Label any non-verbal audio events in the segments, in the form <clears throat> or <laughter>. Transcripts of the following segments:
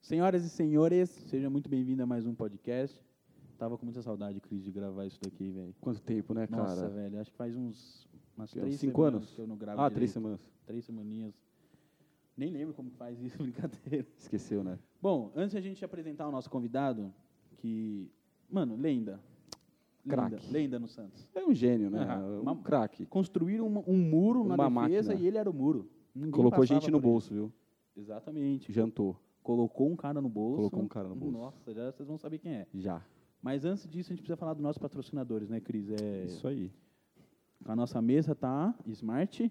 Senhoras e senhores, seja muito bem-vindo a mais um podcast. Tava com muita saudade, Cris, de gravar isso daqui, velho. Quanto tempo, né, cara? Nossa, velho, acho que faz uns umas Que é três cinco semanas anos? que eu não gravo ah, direito. três semanas. Três semaninhas. Nem lembro como que faz isso, <laughs> brincadeira. Esqueceu, né? Bom, antes de a gente apresentar o nosso convidado, que... Mano, lenda. Lenda, Craque. lenda no Santos. É um gênio, né? Ah, um uma- craque. Construíram um, um muro na Uma defesa máquina. e ele era o muro. Ninguém Colocou passava gente no por ele. bolso, viu? Exatamente. Jantou. Colocou um cara no bolso. Colocou um cara no bolso. Nossa, já vocês vão saber quem é. Já. Mas antes disso, a gente precisa falar dos nossos patrocinadores, né, Cris? É, Isso aí. a nossa mesa tá Smart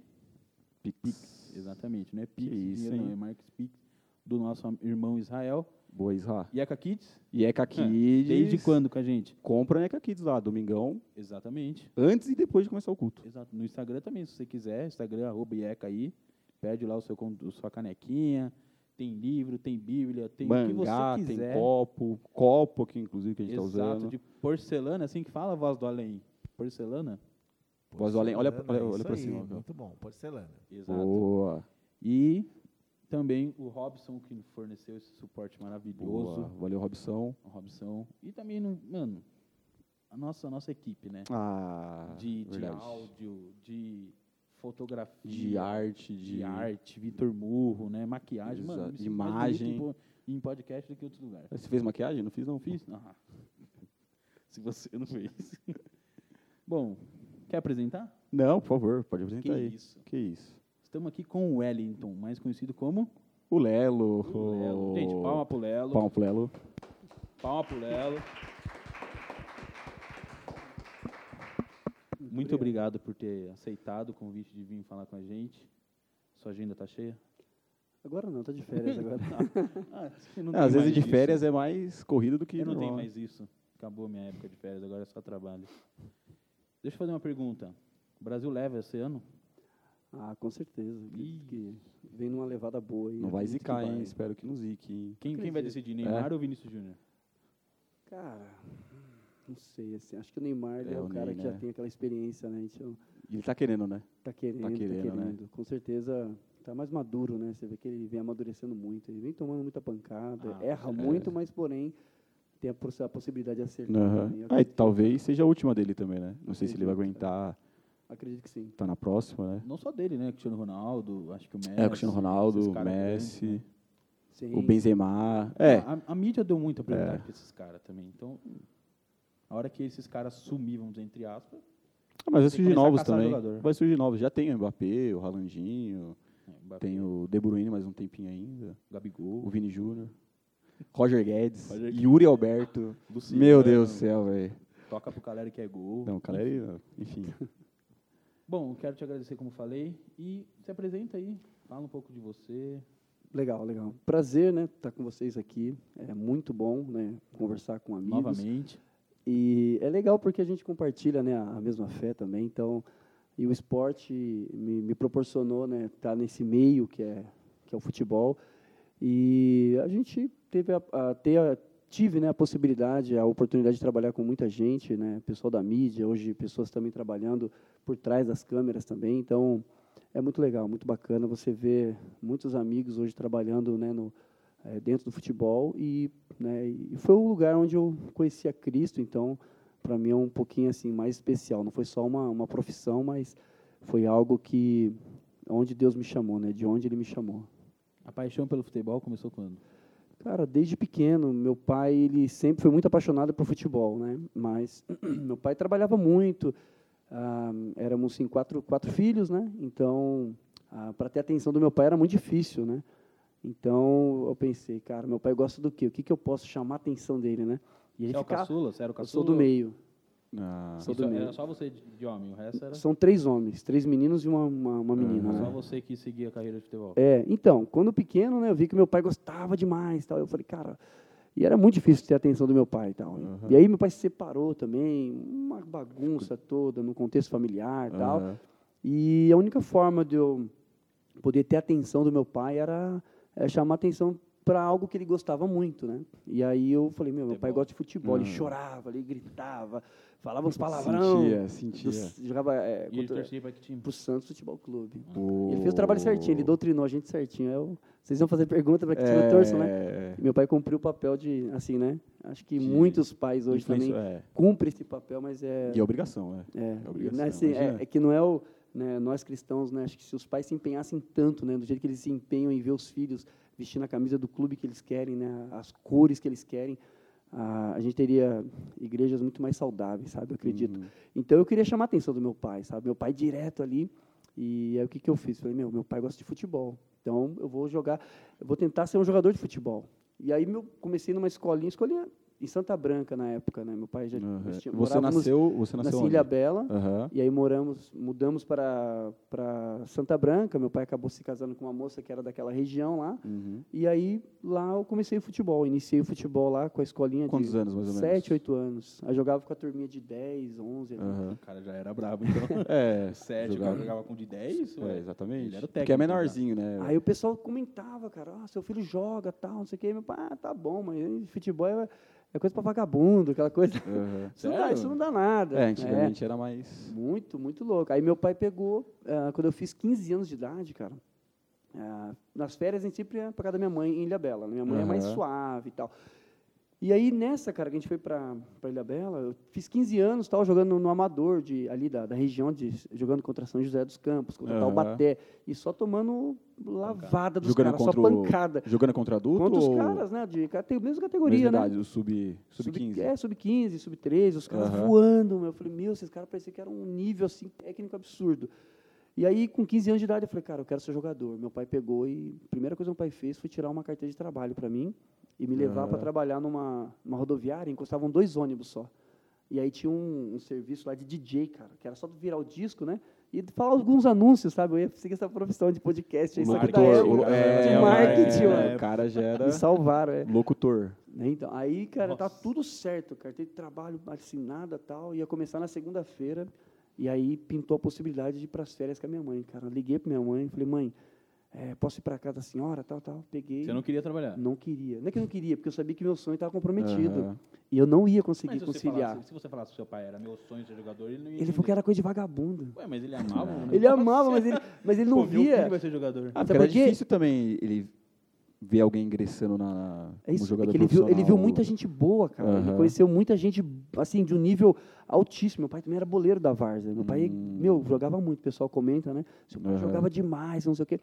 Pix. Exatamente, não é Pix, Que isso, dinheiro, não, hein? é Marques Pix, do nosso am- irmão Israel. Boa, Isra. E a Kids, E Eca Kids. É, desde quando com a gente? Compra na Eca Kids lá, domingão, Exatamente. antes e depois de começar o culto. Exato. No Instagram também, se você quiser, Instagram, arroba Ieca aí, pede lá o seu, con- sua canequinha, tem livro, tem bíblia, tem Mangá, o que você quiser. tem copo, copo aqui, inclusive, que a gente Exato, tá usando. de porcelana, assim que fala a voz do além. Porcelana? Voz do além, olha- Porcelana, olha- olha isso pra aí, cima, viu? Muito bom, porcelana. Exato. Boa. E também o Robson, que forneceu esse suporte maravilhoso. Boa. Valeu, Robson. O Robson. E também, no- mano, a nossa, a nossa equipe, né? Ah, de, de verdade. áudio, de fotografia. De arte, de, de arte, Vitor Murro, né? Maquiagem, mano. eu me Exato. sinto mais bonito Imagem. Em, po- em podcast do que em outro lugar. Você fez maquiagem? Não fiz, não. Fiz. Fiz? Ah, <laughs> se você não fez. Bom, quer apresentar? Não, por favor, pode apresentar que aí. isso. Que isso. Estamos aqui com o Wellington, mais conhecido como O Lelo. o Lelo. Gente, palma pro Lelo. Palma pro Lelo. Palma pro Lelo. Muito obrigado por ter aceitado o convite de vir falar com a gente. Sua agenda tá cheia? Agora não, tô Tá de férias <laughs> agora. Ah, eu não Ah, tenho às vezes mais de isso. férias é mais corrido do que Eu não tenho normal. mais isso. Acabou minha época de férias, agora é só trabalho. Deixa eu fazer uma pergunta. O Brasil leva esse ano? Ah, com certeza. Acredito que vem numa levada boa aí. Não é vai acredito que zicar, hein? vai. Espero que não zique, hein? Quem, quem vai Acredito. decidir, É. Neymar ou Vinícius Júnior? Cara, não sei, assim, acho que o Neymar ele É, é, o o cara Ney, que né? já tem aquela experiência, né? Então, Ele tá querendo, né? tá querendo, tá querendo, querendo. né? Com certeza tá mais maduro, né? Você vê que ele vem amadurecendo muito, ele vem tomando muita pancada, Ah, é. erra muito, mas porém tem a, poss- a possibilidade de tá acertar. Aham. também. Aí Eu acredito, talvez seja a última dele também, né? Não sei se ele vai Acredito, aguentar, acredito que sim. tá na próxima, né? Não só dele, né? Cristiano Ronaldo, acho que o Messi. É, o Cristiano Ronaldo, esses o caras Messi, grandes, né? Sim. o Benzema. É, A, a- a mídia deu muita prioridade pra esses caras também. Então, a hora que esses caras sumir, vamos dizer, entre aspas, ah, mas vai tem que surgir começar a novos caçar também. jogador. Vai surgir novos. Já tem o Mbappé, o Ralandinho, é, Mbappé, tem o De Bruyne mais um tempinho ainda, o Gabigol, Vini Júnior, Roger Guedes, Roger Guedes. né? Yuri Alberto. Luciano, Meu Deus do céu, velho. Toca pro Caleri que é tipo, gol. Não, cara, ele- né? <laughs> enfim. Bom, quero te agradecer, como falei, e se apresenta aí. Fala um pouco de você. Legal, legal. Prazer, né, estar com vocês aqui. É muito bom, né, conversar com amigos. Novamente. E é legal porque a gente compartilha né, a a mesma fé também, então e o esporte me, me proporcionou né estar nesse meio que é que é o futebol e a gente teve a, a, ter a- tive né a possibilidade a oportunidade de trabalhar com muita gente né pessoal da mídia hoje pessoas também trabalhando por trás das câmeras também então é muito legal muito bacana você ver muitos amigos hoje trabalhando né no eh, dentro do futebol e né, e foi o lugar onde eu conheci a Cristo, então para mim é um pouquinho assim mais especial. Não foi só uma, uma profissão, mas foi algo que onde Deus me chamou, né? De onde Ele me chamou. A paixão pelo futebol começou quando? Cara, desde pequeno, meu pai ele sempre foi muito apaixonado por futebol, né? Mas <clears throat> meu pai trabalhava muito. ah, éramos assim, quatro, quatro filhos, né? Então, para ter a atenção do meu pai era muito difícil, né? Então, eu pensei, cara, meu pai gosta do quê? O que, que eu posso chamar a atenção dele, né? E Você ele é o ficava- caçula? Você era o Eu caçula? sou do meio. Ah, Sou do Só- meio. Era é- só você de de homem, o resto era São três homens, três meninos e uma, uma, uma menina. só né? você que seguia a carreira de futebol. É, então, quando pequeno, né, eu vi que meu pai gostava demais, tal. Eu falei, cara, e era muito difícil ter a atenção do meu pai, e tal. E aí meu pai se separou também, uma bagunça toda no contexto familiar, e tal. aham. E a única forma de eu poder ter a atenção do meu pai era é, chamar a atenção para algo que ele gostava muito, né? E aí eu falei, meu, meu Futebol. pai Hum. gosta de futebol. Ele Ah. chorava, ele gritava, falava uns palavrão. Sentia, do- sentia. jogava é, E ele contra, torcia para que time? pro Santos Futebol Clube. Ele fez o trabalho certinho, ele doutrinou a gente certinho. Eu, vocês vão fazer pergunta para que time eu torço, né? É, Meu pai cumpriu o papel de, assim, né? Acho que De muitos pais hoje também influência- é. cumprem esse papel, mas é... E é obrigação, né? É, É obrigação, né, assim, é, imagina. é que não é o. né, nós cristãos, né, acho que se os pais se empenhassem tanto, né, do jeito que eles se empenham em ver os filhos vestindo a camisa do clube que eles querem, né, as cores que eles querem, a, a gente teria igrejas muito mais saudáveis, sabe? Eu acredito. Uhum. Então eu queria chamar a atenção do meu pai, sabe? Meu pai direto ali. E aí o que, que eu fiz? Falei, meu, meu pai gosta de futebol. Então eu vou jogar, eu vou tentar ser um jogador de futebol. E aí meu, comecei numa escolinha, escolinha em Santa Branca na época, né? Meu pai já Aham. nós tinha- Você morávamos- nasceu, você nasceu Nasci em onde? Ilha Bela. Aham. E aí moramos, mudamos para para Santa Branca. Meu pai acabou se casando com uma moça que era daquela região lá. Uhum. E aí lá eu comecei o futebol, iniciei o futebol lá com a escolinha Quantos de anos, mais ou menos? 7, 8 anos. Aí jogava com a turminha de né? 10, 11, ali. Aham. O cara já era brabo, então. <laughs> É, Sete, o jogava- cara jogava com de 10? É, exatamente. Ele era o Porque é técnico, menorzinho, né? Aí o pessoal comentava, cara, ah, seu filho joga, tal, não sei o quê. Meu pai, ah, tá bom, mas futebol é, é coisa para vagabundo, aquela coisa. <laughs> Aham. Isso não, dá, Sério? isso não dá nada. É, É. antigamente era mais. Muito, muito louco. Aí meu pai pegou, ah, quando eu fiz 15 anos de idade, cara, ah, nas férias a gente sempre ia pra casa da minha mãe em Ilhabela. né? Minha mãe é mais Aham. suave e tal. E aí nessa, cara, que a gente foi pra, pra Ilhabela, eu fiz 15 anos, tal, jogando no Amador, de, ali da, da região, de, jogando contra São José dos Campos, contra Aham. Taubaté, e só tomando lavada dos Jogando caras, só contra o- pancada. Jogando contra adulto? Contra ou- os caras, né, de cate- mesma categoria, né? Mesma idade, o sub-15. Sub Sub, 15. é, sub-15, sub-13, os caras Aham. voando, meu. Eu falei, meu, esses caras pareciam que era um nível, assim, técnico absurdo. E aí, com 15 anos de idade, eu falei, cara, eu quero ser jogador. Meu pai pegou e a primeira coisa que meu pai fez foi tirar uma carteira de trabalho para mim e me levar Aham. para trabalhar numa, numa rodoviária, encostavam dois ônibus só. E aí tinha um, um serviço lá de DJ, cara, que era só virar o disco, né? E falar alguns anúncios, sabe? Eu ia seguir essa profissão de podcast. tá aí, O só que Marketing, da locutor. época, O, é, de o- marketing, é, mano. O cara já era Me salvaram, é. locutor. Né, Então, aí, cara, tá Nossa. tudo certo, carteira de trabalho assinada tal, ia começar na segunda-feira, e aí pintou a possibilidade de ir para as férias com a minha mãe, cara. Eu Liguei para minha mãe, falei, mãe, eh, posso ir para casa da senhora, tal, tal. Peguei. Você não queria trabalhar. Não queria. Não é que eu não queria, porque eu sabia que meu sonho estava comprometido. Aham. E eu não ia Mas conseguir se você assim, conciliar. falasse- se você falasse pro seu pai, era meu sonho ser jogador, ele não ia Ele falou que era coisa de vagabundo. Ué, mas ele amava. né? Ele Como amava, assim? mas ele, mas ele não Pô, meu filho via. vai ser jogador. Ah, Sabe porque por era quê? difícil também ele ver alguém ingressando na, É como isso, é Um jogador que ele viu, ele viu profissional. muita gente boa, cara. Ele Aham. conheceu muita gente, assim, de um nível altíssimo. Meu pai também era boleiro da Varsa. Meu pai, Hum. meu, jogava muito, o pessoal comenta, né? Seu pai Aham. jogava demais, não sei o quê.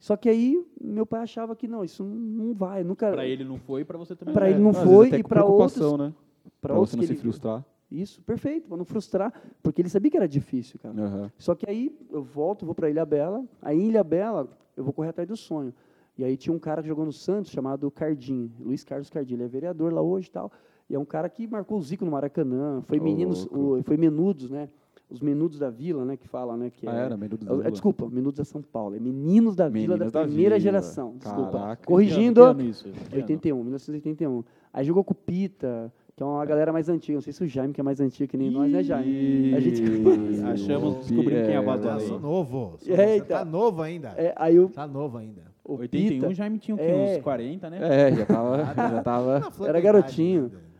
Só que aí, meu pai achava que, não, isso não vai, nunca... Pra ele não foi, pra você também Pra não ele é. não Às vezes foi até e com pra preocupação, outros- né? Pra, outros você não que se ele- frustrar. Isso, perfeito, pra não frustrar, porque ele sabia que era difícil, cara. Aham. Só que aí eu volto, vou para Ilha Bela. Aí em Ilha Bela eu vou correr atrás do sonho. E aí tinha um cara que jogou no Santos chamado Cardim, Luiz Carlos Cardim. Ele é vereador lá hoje e tal. E é um cara que marcou o Zico no Maracanã. Foi Ô, meninos, louco. o- foi menudos, né? Os menudos da vila, né? Que fala, né? Que Ah, é- era, meio do é, desculpa, menudos da São Paulo. É meninos da vila Meninos da da primeira Vila. geração. Desculpa. um, Caraca. Corrigindo. Que ano- que ano isso? Que ano? 81, 1981. Aí jogou com o Pita, que é uma galera mais antiga. Não sei se o Jaime, que é mais antigo que nem nós, né, Jaime? A gente- <laughs> Achamos, descobrimos quem é a base da Ah, lei. sou novo. Sou, É, você então. Tá novo ainda. É, aí o, Tá novo ainda. o 81 Pita... já me tinha um, o quê? É. uns 40, né? É, já <laughs> tava, já tava. Flor da idade né, Era É garotinho. ainda.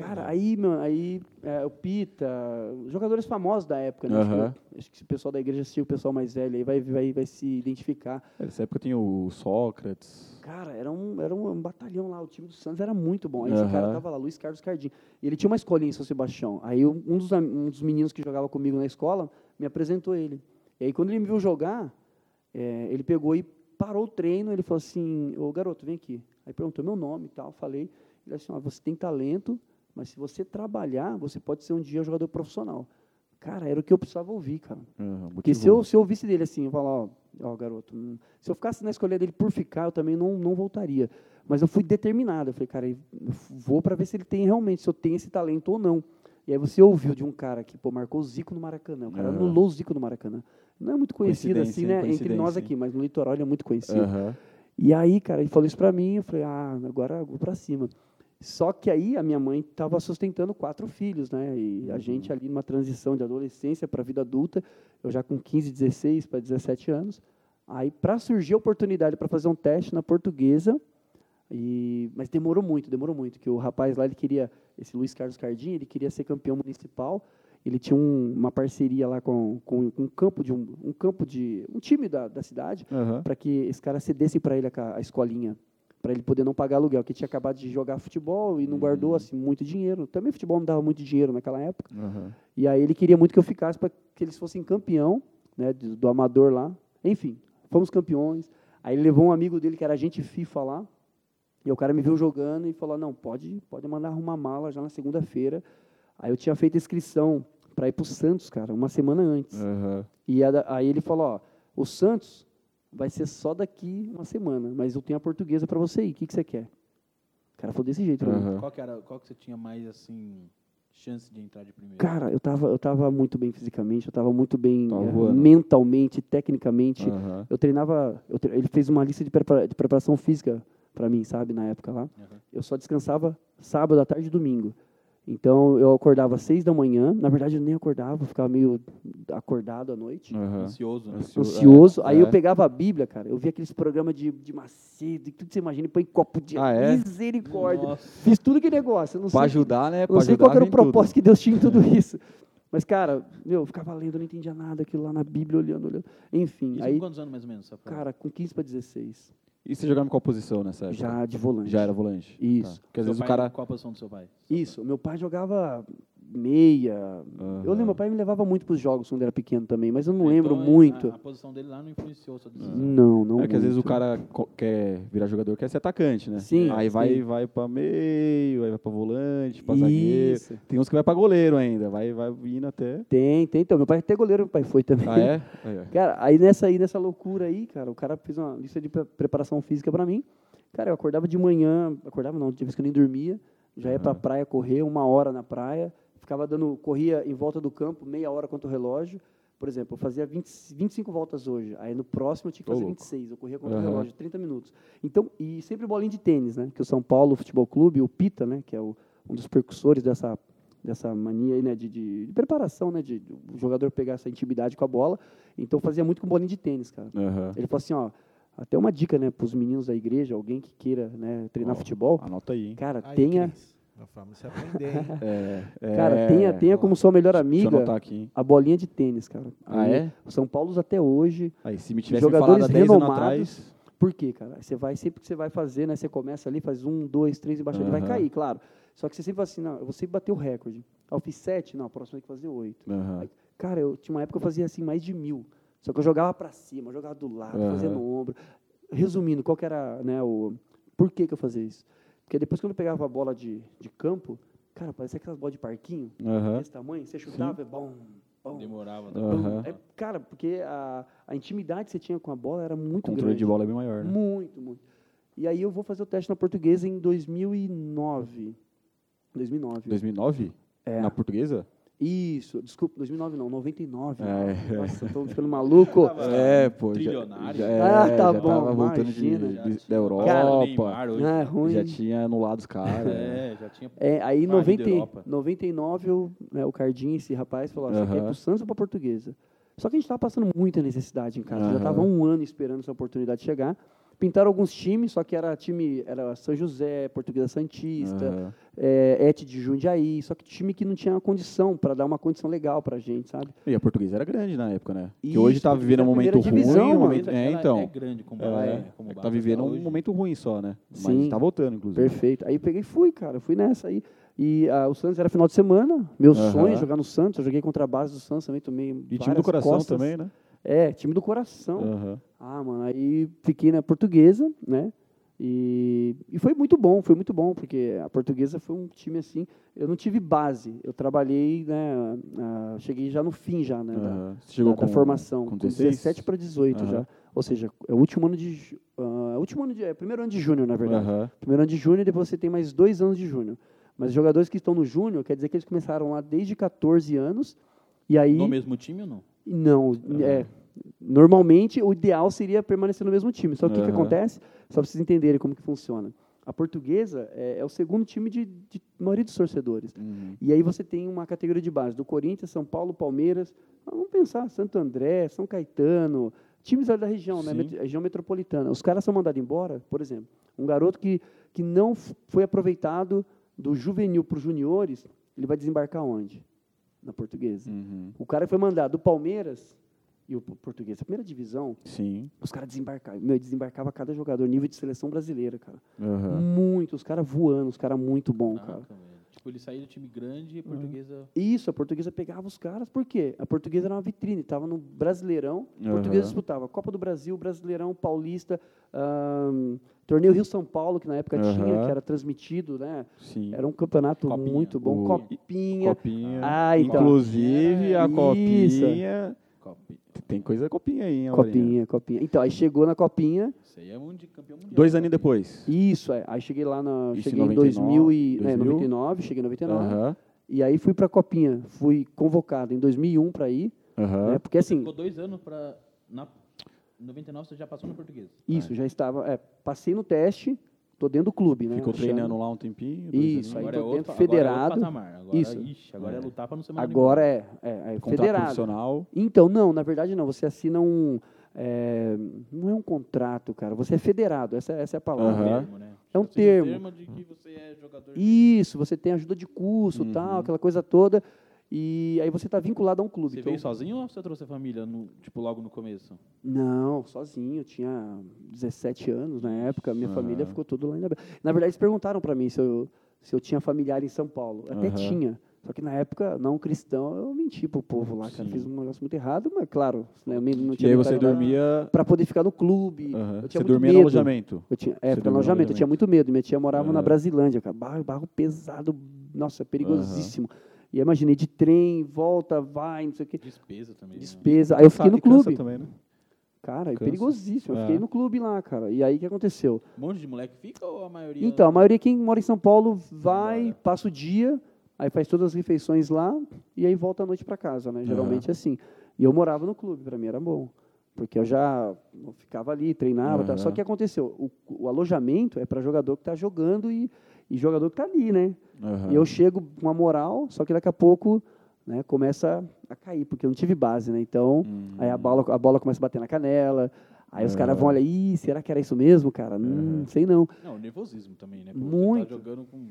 Cara, aí, meu, aí é, o Pita, jogadores famosos da época, né? Aham. Acho, que, acho que o pessoal da igreja assistiu, o pessoal mais velho aí vai, vai, vai se identificar. Nessa época tinha o Sócrates. Cara, era um, era um batalhão lá, o time do Santos era muito bom. Aí esse Aham. cara tava lá, Luiz Carlos Cardim. E ele tinha uma escolinha em São Sebastião. Aí um um dos, am- um dos meninos que jogava comigo na escola me apresentou ele. E aí quando ele me viu jogar, é, ele pegou e parou o treino, ele falou assim, ô garoto, vem aqui. Aí perguntou meu nome e tal, falei. Ele assim, ó, você tem talento, mas se você trabalhar, você pode ser um dia jogador profissional. Cara, era o que eu precisava ouvir, cara. Aham, Porque se motivou. eu, se eu ouvisse dele assim, eu falar, ó, ó, garoto, hum, se eu ficasse na escolha dele por ficar, eu também não, não voltaria. Mas eu fui determinado. Eu falei, cara, eu vou para ver se ele tem realmente, se eu tenho esse talento ou não. E aí você ouviu de um cara que, pô, marcou o Zico no Maracanã. O cara Aham. anulou o Zico no Maracanã. Não é muito conhecido assim, Coincidência, hein? né? Entre nós Coincidência, aqui, mas no litoral ele é muito conhecido. Aham. E aí, cara, ele falou isso pra mim, eu falei, ah, agora eu vou pra cima. Só que aí a minha mãe estava sustentando quatro filhos, né? E a gente ali numa transição de adolescência para vida adulta, eu já com 15, 16 para 17 anos. Aí, para surgir a oportunidade para fazer um teste na portuguesa, E, mas demorou muito, demorou muito, que o rapaz lá, ele queria, esse Luiz Carlos Cardim, ele queria ser campeão municipal, ele tinha um- uma parceria lá com, com, com um campo de um, um campo de um time da, da cidade, Aham. para que esse cara cedesse para ele a, ca- a escolinha, para ele poder não pagar aluguel, que ele tinha acabado de jogar futebol e não guardou assim muito dinheiro. Também futebol não dava muito dinheiro naquela época. Aham. E aí ele queria muito que eu ficasse para que eles fossem campeão, né, do, do amador lá. Enfim, fomos campeões. Aí ele levou um amigo dele que era agente FIFA lá. E o cara me viu jogando e falou: "Não, pode, pode mandar arrumar mala já na segunda-feira". Aí eu tinha feito inscrição para ir pro Santos, cara, uma semana antes. Aham. E a da- aí ele falou, ó, o Santos vai ser só daqui uma semana, mas eu tenho a portuguesa para você ir, o que, que você quer? O cara falou desse jeito. pra mim. Aham. Qual, que era, qual que você tinha mais, assim, chance de entrar de primeiro? Cara, eu tava, eu tava muito bem fisicamente, eu tava muito bem Tava eh, voando. mentalmente, tecnicamente. Aham. Eu treinava, eu tre- ele fez uma lista de, prepara- de preparação física para mim, sabe, na época lá. Aham. Eu só descansava sábado à tarde e domingo. Então eu acordava às seis da manhã, na verdade eu nem acordava, eu ficava meio acordado à noite. Aham. Ansioso, né? Ansio- ansioso. é, Aí é. eu pegava a Bíblia, cara. Eu via aqueles programas de, de macedo, e tudo que você imagina, e põe copo de Ah, é? misericórdia. Nossa. Fiz tudo que negócio. Eu não Pra sei, ajudar, né? eu Pra não sei ajudar, qual que era o vem tudo. propósito que Deus tinha em tudo isso. Mas, cara, meu, eu ficava lendo, eu não entendia nada, aquilo lá na Bíblia, olhando, olhando. Enfim, Isso com aí, quantos anos mais ou menos? Safra? cara, com 15 para 16, E você jogava em qual posição nessa época? já de volante. É, Já era volante? Isso. Tá. Porque às Seu vezes o pai- cara... Qual a posição do seu pai? Isso, meu pai jogava meia. Eu lembro, meu pai me levava muito para os jogos quando era pequeno também, mas eu É, não lembro Então, muito. Uhum. A, a posição dele lá não influenciou assim, sua decisão. Não, não. É que às vezes o muito. cara co- quer virar jogador, quer ser atacante, né? Sim, Aí vai, sim. vai pra meio, aí vai pra volante, pra zagueiro. Isso. Tem uns que vai pra goleiro ainda, vai, vai indo <laughs> até... Tem, tem. Então, meu pai até goleiro, meu pai foi também. Ah, é? Aí, ó. <laughs> Cara, aí nessa, aí nessa loucura aí, cara, o cara fez uma lista de pre- preparação física pra mim. Cara, eu acordava de manhã, acordava não, tinha vez que eu nem dormia, já ia pra praia correr, uma hora na praia, ficava dando, corria em volta do campo, meia hora contra o relógio. Por exemplo, eu fazia 20, 25 voltas hoje, aí no próximo eu tinha que Ô, fazer louco. 26, eu corria contra o Aham. relógio, 30 minutos. Então, e sempre bolinha de tênis, né? Que o São Paulo Futebol Clube, o Pita, né, que é o, um dos percussores dessa dessa mania aí, né, de, de, de preparação, né, de, de o jogador pegar essa intimidade com a bola. Então fazia muito com bolinha de tênis, cara. Aham. Ele falou assim, ó, até uma dica, né, para os meninos da igreja, alguém que queira, né, treinar Ó, futebol, Anota aí, hein? cara, Aí, tenha, Cris, Uma forma de se aprender, <laughs> hein? É, é, cara, tenha, tenha como sua melhor Deixa eu amiga anotar aqui, hein? a bolinha de tênis, cara. Ah, Aí, é? O São Paulo até hoje. Aí, se me tivesse Jogadores me falado há 10 anos renomados. atrás... Por quê, cara? Você vai sempre que você vai fazer, né? Você começa ali, faz um, dois, três embaixo, ele vai Aham. cair, claro. Só que você sempre fala assim, não, eu vou sempre bater o recorde. Aí eu fiz sete, não, a próxima tem que fazer oito. Aham. Aí, Cara, eu tinha uma época que eu fazia assim mais de mil. Só que eu jogava para cima, eu jogava do lado, Aham. fazia no ombro. Resumindo, qual que era, né, o por que que eu fazia isso? Porque depois quando eu pegava a bola de, de campo, cara, parecia aquelas bolas de parquinho, Aham. desse tamanho, você chutava, e bom, bom. Demorava. né? Ah. Aham. É, cara, porque a, a intimidade que você tinha com a bola era muito O controle grande. de bola é bem maior, né? Muito, muito. E aí eu vou fazer o teste na portuguesa em 2009. 2009. 2009? É. Na portuguesa? Isso, desculpa, 2009 não, 99. É. Nossa, eu tô ficando maluco. <laughs> É, pô. já- Trilionário. Já, Ah, é, tá já bom, tava voltando de, imagina. de- Já da tinha Europa. parado o Neymar hoje. Ah, é ruim. Já tinha anulado os caras. né? É, já tinha. <laughs> É, aí em Varrida 90, Europa. 99, eu, né, o Cardinho, esse rapaz, falou, ó, você quer ir Aham. pro Santos ou pra Portuguesa? Só que a gente tava passando muita necessidade em casa. Já Aham. tava um ano esperando essa oportunidade chegar. Pintaram alguns times, só que era time, era São José, Portuguesa Santista, Aham. é, Et de Jundiaí, só que time que não tinha condição para dar uma condição legal pra gente, sabe? E a portuguesa era grande na época, né? Que Isso, hoje tá vivendo um Portuguesa é a momento primeira divisão, ruim. Um mano. momento, é, Ela então. É grande como É, ela é. é. como É que tá Barça vivendo um hoje. momento ruim só, né? Sim. Mas tá voltando, inclusive. Perfeito. Aí peguei e fui, cara, fui nessa aí. E ah, o Santos era final de semana, meu Aham. sonho é jogar no Santos, eu joguei contra a base do Santos também, tomei E time várias do coração costas. também, né? É, time do coração. Aham. Ah, mano, aí fiquei na portuguesa, né? E, e foi muito bom, foi muito bom, porque a portuguesa foi um time assim. Eu não tive base, eu trabalhei, né? ah, cheguei já no fim, já, né? da- Aham. Você Chegou da, da com- formação, com com 16? 17 para 18 Aham. já. Ou seja, é o último ano de. ju- ah, último ano de é, primeiro ano de júnior, na verdade. Aham. Primeiro ano de júnior e depois você tem mais dois anos de júnior. Mas os jogadores que estão no júnior, quer dizer que eles começaram lá desde 14 anos. E aí. No mesmo time ou não? Não, é. Normalmente o ideal seria permanecer no mesmo time. Só que o que que Aham. acontece? Só para vocês entenderem como que funciona. A portuguesa é, é o segundo time de, de maioria dos torcedores. Uhum. E aí você tem uma categoria de base do Corinthians, São Paulo, Palmeiras. Vamos pensar, Santo André, São Caetano, times da região, né, Sim. met- região metropolitana. Os caras são mandados embora, por exemplo, um garoto que, que não f- foi aproveitado do juvenil para os juniores, ele vai desembarcar onde? Na portuguesa. Uhum. O cara que foi mandado do Palmeiras e o P- português, a primeira divisão, Sim. os caras desembarcavam. Meu, desembarcava cada jogador, nível de seleção brasileira, cara. Hum. Aham. Muito, os caras voando, os caras muito bom, cara. Uhum. Caraca, velho. Tipo, ele saiu do time grande e a portuguesa. Isso, a portuguesa pegava os caras, por quê? A portuguesa era uma vitrine, estava no Brasileirão, a Aham. portuguesa disputava Copa do Brasil, Brasileirão, Paulista, ahn, Torneio Rio-São Paulo, que na época Aham. tinha, que era transmitido, né? Sim. Era um campeonato Copinha. muito bom, O- Copinha. Copinha. Ah, então. Inclusive, a Isso. copinha. Copa. Tem coisa da copinha aí, hein, Aurinha? Copinha, Copinha. Então, aí chegou na Copinha, Isso aí é mundi- campeão mundial. Dois anos depois. isso, é. Aí cheguei lá na. Isso em cheguei em 99, 2000 e, né, 2000? 99, cheguei em 99. Aham. E aí fui pra Copinha. Fui convocado em 2001 pra ir, Aham. né? Porque assim, Ficou dois anos pra. Na, em 99 você já passou no português. Tá. isso, já estava. é, passei no teste, tô dentro do clube, né? Ficou achando. treinando lá um tempinho. dois Isso, aninhos. aí tô agora dentro é federado. outro patamar. Agora, Isso. Ixi, agora é. É. lutar pra não ser mandado Agora é, é, é Contrato federado. profissional. Então, não, na verdade não. Você assina um. é, não é um contrato, cara. Você é federado, essa, essa é a palavra. Aham. embora. Termo, né? É um Você tem termo. de que você é jogador. Isso, você tem ajuda de curso, Uhum. tal, aquela coisa toda. E aí você está vinculado a um clube. Você então- veio sozinho ou você trouxe a família, no- tipo, logo no começo? Não, sozinho, eu tinha 17 anos na época, minha Aham. família ficou toda lá em Ilhabela. Na verdade, eles perguntaram para mim se eu, se eu tinha familiar em São Paulo. Até Aham. tinha, só que na época, não cristão, eu menti pro povo lá, cara, Sim. fiz um negócio muito errado, mas claro, né, eu não E tinha aí você vontade de- dormia. para poder ficar no clube. Aham. Eu Você tinha muito dormia no medo. alojamento. Eu tinha, Você é, dormia para no alojamento, eu tinha alojamento. muito medo. Minha tia morava na Aham. Brasilândia, cara. Barro, barro pesado, nossa, perigosíssimo. E aí imaginei de trem, volta, vai, não sei o quê. Despesa também. né? Despesa. Aí eu fiquei Sabe, no cansa clube. também, né? Cara, é Cansa. perigosíssimo. Eu É. fiquei no clube lá, cara. E aí o que aconteceu? Um monte de moleque fica ou a maioria? Então, a maioria quem mora em São Paulo vai, embora. passa o dia, aí faz todas as refeições lá e aí volta à noite para casa, né? Geralmente é assim. E eu morava no clube, para mim era bom. Porque eu já ficava ali, treinava. tal. Aham. Só que aconteceu, o, o alojamento é para jogador que está jogando e, e jogador que está ali, né? Aham. E eu chego com uma moral, só que daqui a pouco né, começa a cair, porque eu não tive base, né? Então, Hum. É. aí a bola, a bola começa a bater na canela, aí os caras Aham. vão olhar, ih, será que era isso mesmo, cara? Não sei não. Não, o nervosismo também, né? Muito. Você tá jogando com...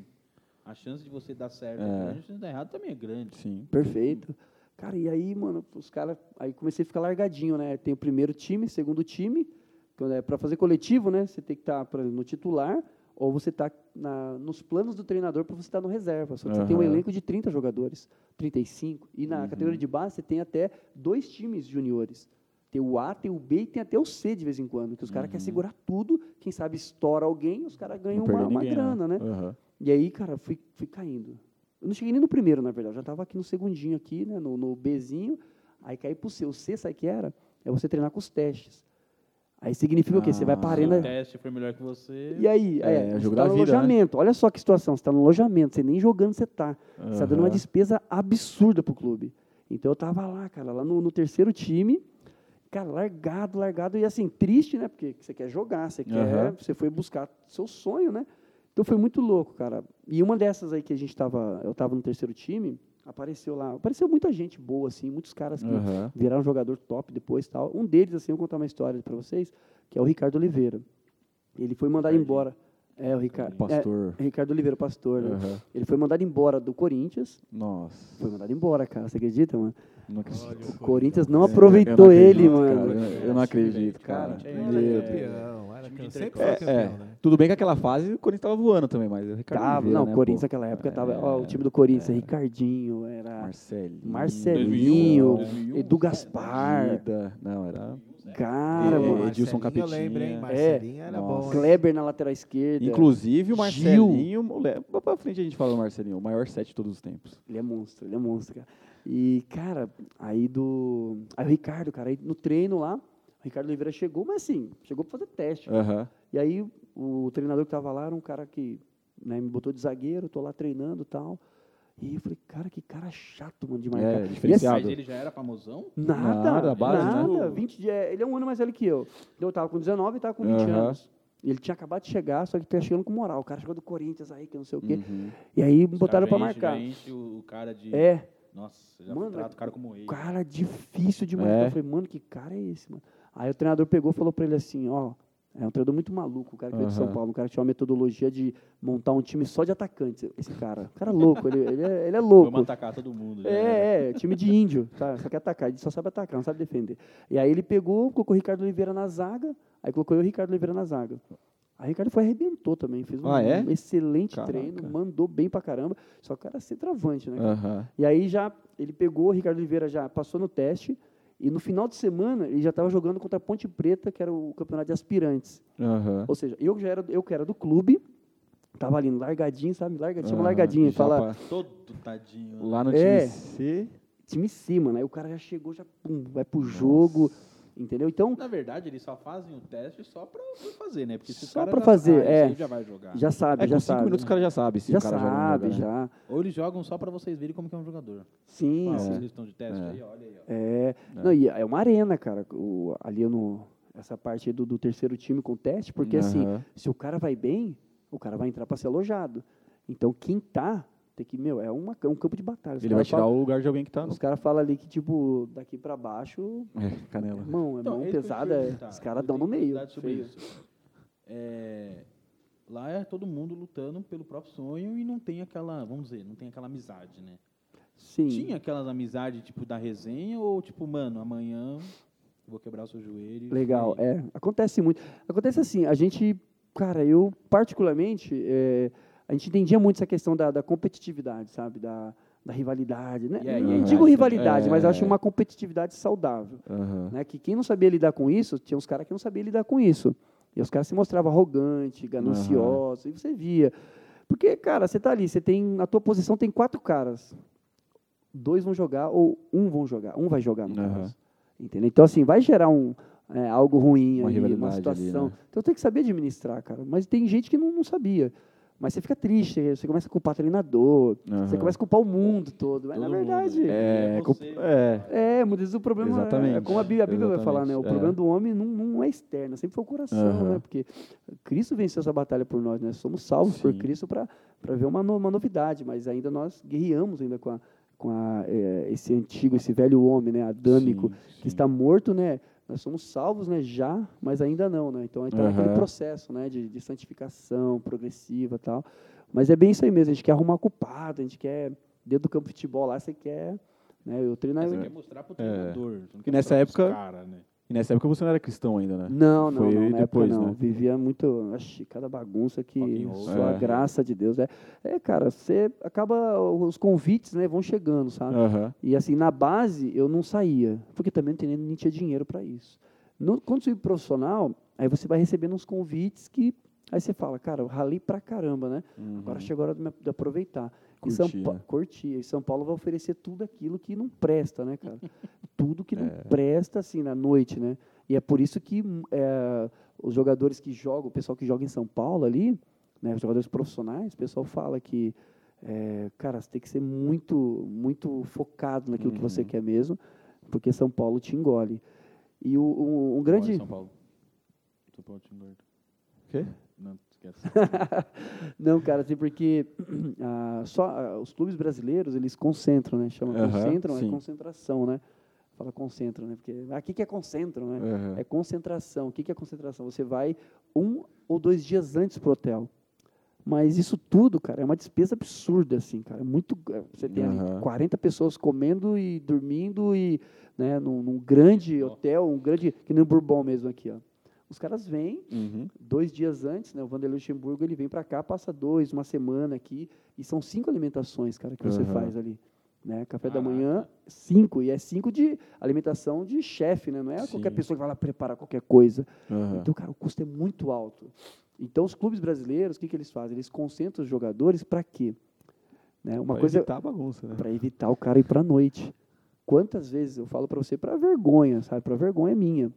A chance de você dar certo, É. é. grande, a chance de dar errado também é grande. Sim. Perfeito. Cara, e aí, mano, os caras. Aí comecei a ficar largadinho, né? Tem o primeiro time, segundo time. Quando é para fazer coletivo, né? Você tem que estar por exemplo, no titular ou você tá na, nos planos do treinador para você estar no reserva. Só que você tem um Aham. Uhum. elenco de 30 jogadores, 35. E na categoria de base você tem até dois times juniores. Tem o A, tem o B e tem até o C de vez em quando, que os caras querem segurar tudo. Quem sabe estoura alguém, os caras ganham Uhum. Não uma, perder uma ninguém, grana, né? Aham. E aí, cara, fui, fui caindo. Eu não cheguei nem no primeiro, na verdade. Eu já estava aqui no segundinho, aqui, né, no, no Bzinho. Aí caí pro C. O C, sabe o que era? É você treinar com os testes. Aí significa o quê? Você vai Ah, para Se o arena. teste foi melhor que você... né? E aí? É, É, é você jogo tá da no vida, né? alojamento. Olha só que situação. Você está no alojamento, você nem jogando você tá. Você está dando uma Aham. despesa absurda pro clube. Então eu tava lá, cara, lá no, no terceiro time. Cara, largado, largado. E assim, triste, né? Porque você quer jogar, você quer. Aham. Você foi buscar seu sonho, né? Então foi muito louco, cara. E uma dessas aí que a gente tava. Eu tava no terceiro time, apareceu lá. Apareceu muita gente boa, assim, muitos caras que Aham. viraram jogador top depois e tal. Um deles, assim, eu vou contar uma história para vocês, que é o Ricardo Oliveira. Ele foi mandado Ricardinho. embora. É, o Ricardo. O pastor. É, Ricardo Oliveira, pastor. né? Aham. Ele foi mandado embora do Corinthians. Nossa. Foi mandado embora, cara. Você acredita, mano? Não acredito. O Corinthians não É, Eu aproveitou acredito, ele, cara. mano. Eu- Eu não acredito, cara. Cara, Era Meu Deus. é campeão, era Time campeão. de Sempre foi É, campeão, é. né? Tudo bem que aquela fase o Corinthians tava voando também, mas o Ricardo Tava, Oliveira, não, né, o Corinthians pô? É, naquela época tava. Ó, o time do Corinthians, Ricardinho, era Marcelinho. Marcelinho, né? 2001, Edu Gaspar, Dida. Não, era. cara, É, mano. Marcelinho, Edilson Eu lembro, Capetinha. hein? É. Marcelinho era Nossa. bom. hein? Kleber na lateral esquerda. Inclusive o Gil. Marcelinho. mole- Pra pra frente a gente fala do Marcelinho, o maior set de todos os tempos. Ele é monstro, ele é monstro, cara. E, cara, aí do. Aí o Ricardo, cara, aí no treino lá, o Ricardo Oliveira chegou, mas assim, chegou pra fazer É, teste. Aham. E aí o treinador que estava lá era um cara que né, me botou de zagueiro, tô lá treinando e tal. E eu falei, cara, que cara chato, mano, de marcar. É, e assim, diferenciado. Mas ele já era famosão? nada, nada, Nada, base, né? nada. 20 de- é, ele é um ano mais velho que eu. Então eu tava com 19 e tava com 20 Aham. anos. E ele tinha acabado de chegar, só que tá chegando com moral. O cara chegou do Corinthians aí, que não sei o quê. Uhum. E aí me botaram Os pra caras já marcar. enchem- já enche o cara de... É, Nossa, já Mano, trata o cara como ele. cara difícil de marcar. É. Eu falei, mano, que cara é esse, mano? Aí o treinador pegou e falou para ele assim, ó, é um treinador muito maluco, o cara que veio de São Aham. Paulo, um cara que tinha uma metodologia de montar um time só de atacantes. Esse cara, o cara é louco, ele, ele, é, ele é louco. Vamos atacar todo mundo. já né, era. né? É, é, time de índio, tá? Só quer atacar, ele só sabe atacar, não sabe defender. E aí ele pegou, colocou o Ricardo Oliveira na zaga, aí colocou eu e o Ricardo Oliveira na zaga. Aí o Ricardo foi arrebentou também, fez um, Ah, é? excelente Caraca. treino, mandou bem pra caramba, só que o cara é centroavante, né? cara? Aham. E aí já ele pegou, o Ricardo Oliveira já passou no teste, e no final de semana ele já estava jogando contra a Ponte Preta, que era o campeonato de aspirantes. Aham. Ou seja, eu que já era, eu que era do clube, tava ali largadinho, sabe? Largadinho, chama Aham. largadinho, Ah, Já fala, pa- Todo tadinho. né? Lá no É. time C. time C, mano. Aí o cara já chegou, já pum, vai pro jogo, entendeu? Então, Na verdade, eles só fazem o teste só pra pra fazer, né? Porque se o Só cara pra já- ah, fazer, esse é. aí já vai jogar. já sabe, É, já com cinco sabe. né? minutos o cara já sabe se já o cara joga ou não sabe, joga, né? já. Ou eles jogam só pra vocês verem como que é um jogador. Sim, Ah, sim. né? vocês estão de teste aí, olha aí, ó. É, Não, e é uma arena, cara, o- ali no, essa parte aí do, do terceiro time com o teste, porque assim, Aham. se o cara vai bem, o cara vai entrar para ser alojado. Então, quem tá, tem que, meu, é uma, é um campo de batalha. Os Ele cara vai tirar fala- o lugar de alguém que tá. no- Os caras falam ali que, tipo, daqui para baixo, É, <laughs> é canela. mão, é Então, mão é isso que eu pesada, te é- perguntar. os caras Eu dão no tenho meio. curiosidade sobre feio. isso. É, lá é todo mundo lutando pelo próprio sonho e não tem aquela, vamos dizer, não tem aquela amizade, né? Sim. Tinha aquelas amizades, tipo, da resenha ou, tipo, mano, amanhã eu vou quebrar o seu joelho. e Legal, foi. é. Acontece muito. Acontece assim, a gente, cara, eu particularmente, é, a gente entendia muito essa questão da, da competitividade, sabe? Da, da rivalidade, né? E aí, Eu aí, digo aí, rivalidade, é. mas acho uma competitividade saudável, Aham. né? Que quem não sabia lidar com isso, tinha uns caras que não sabia lidar com isso. E os caras se mostravam arrogantes, gananciosos, e você via. Porque, cara, você tá ali, você tem, na tua posição tem quatro caras. Dois vão jogar ou um vão jogar, um vai jogar no Aham. caso. Entendeu? Então, assim, vai gerar um, é, algo ruim Uma aí, uma rivalidade situação. ali, né? Então tem que saber administrar, cara. Mas tem gente que não, não sabia. Mas você fica triste, você começa a culpar treinador, você Aham. começa a culpar o mundo todo. Mas, Todo na mundo. verdade. É. É, É com- você. é, muitas vezes o problema Exatamente, é, é como a Bíblia, a Bíblia vai exatamente, falar, né? O é. problema do homem não, não é externo, sempre foi o coração, Aham. né? Porque Cristo venceu essa batalha por nós, né? Somos salvos por Sim. Cristo para ver uma, no- uma novidade, mas ainda nós guerreamos ainda com, a, com a, é, esse antigo, esse velho homem, né? Adâmico, Sim, sim. que está morto, né? Nós somos salvos, né? Já, mas ainda não, né? Então, está naquele Aham. processo, né? De, de santificação progressiva, e tal. Mas é bem isso aí mesmo. A gente quer arrumar culpado, a gente quer dentro do campo de futebol lá, você quer, né? Eu treino. Mas você quer mostrar pro treinador. você não quer É. nessa mostrar pros época- cara, né? E nessa época você não era cristão ainda, né? Não, não, Foi não. Na depois, época, não. né? Vivia muito, acho, cada bagunça que Rock and roll. só a É. graça de Deus é. É, cara, você acaba os convites, né? Vão chegando, sabe? Aham. E assim, na base, eu não saía, porque também não tinha, nem tinha dinheiro para isso. No, quando você é profissional, aí você vai recebendo uns convites que. Aí você fala, cara, eu ralei pra caramba, né? Uhum. Agora chegou a hora de, me- de aproveitar. E São Curtir, Pa- né? curtir. E São Paulo vai oferecer tudo aquilo que não presta, né, <laughs> cara? tudo que não É. presta, assim, na noite, né? E é por isso que hum, é, os jogadores que jogam, o pessoal que joga em São Paulo ali, né, os jogadores profissionais, o pessoal fala que, é, cara, você tem que ser muito, muito focado naquilo que Uhum. você quer mesmo, porque São Paulo te engole. E o, um, um Olha, grande. São Paulo. São Paulo te engorda. Quê? é. Não, esquece. <laughs> Não, cara, assim, porque <clears throat> ah, só, ah, os clubes brasileiros, eles concentram, né? Chama Aham, concentram, é sim. concentração, né? Fala concentram, né? Porque aqui que é concentram, né? Aham. É concentração. O que que é concentração? Você vai um ou dois dias antes pro hotel. Mas isso tudo, cara, é uma despesa absurda, assim, cara. É Muito, é, você tem ali Aham. 40 pessoas comendo e dormindo e, né, num, num grande Ó. hotel, um grande, que nem o Bourbon mesmo aqui, ó. Os caras vêm Uhum. dois dias antes, né, o Vanderlei Luxemburgo, ele vem para cá, passa dois, uma semana aqui, e são cinco alimentações, cara, que você Aham. faz ali. Né? Café da Caraca. manhã, cinco, e é cinco de alimentação de chefe, né? não é Sim. qualquer pessoa que vai lá preparar qualquer coisa. Aham. Então, cara, o custo é muito alto. Então, os clubes brasileiros, o que, que eles fazem? Eles concentram os jogadores para quê? Né? Uma Pra coisa evitar a bagunça, né? para evitar o cara ir para noite. Quantas vezes eu falo para você para vergonha, sabe? Para vergonha minha.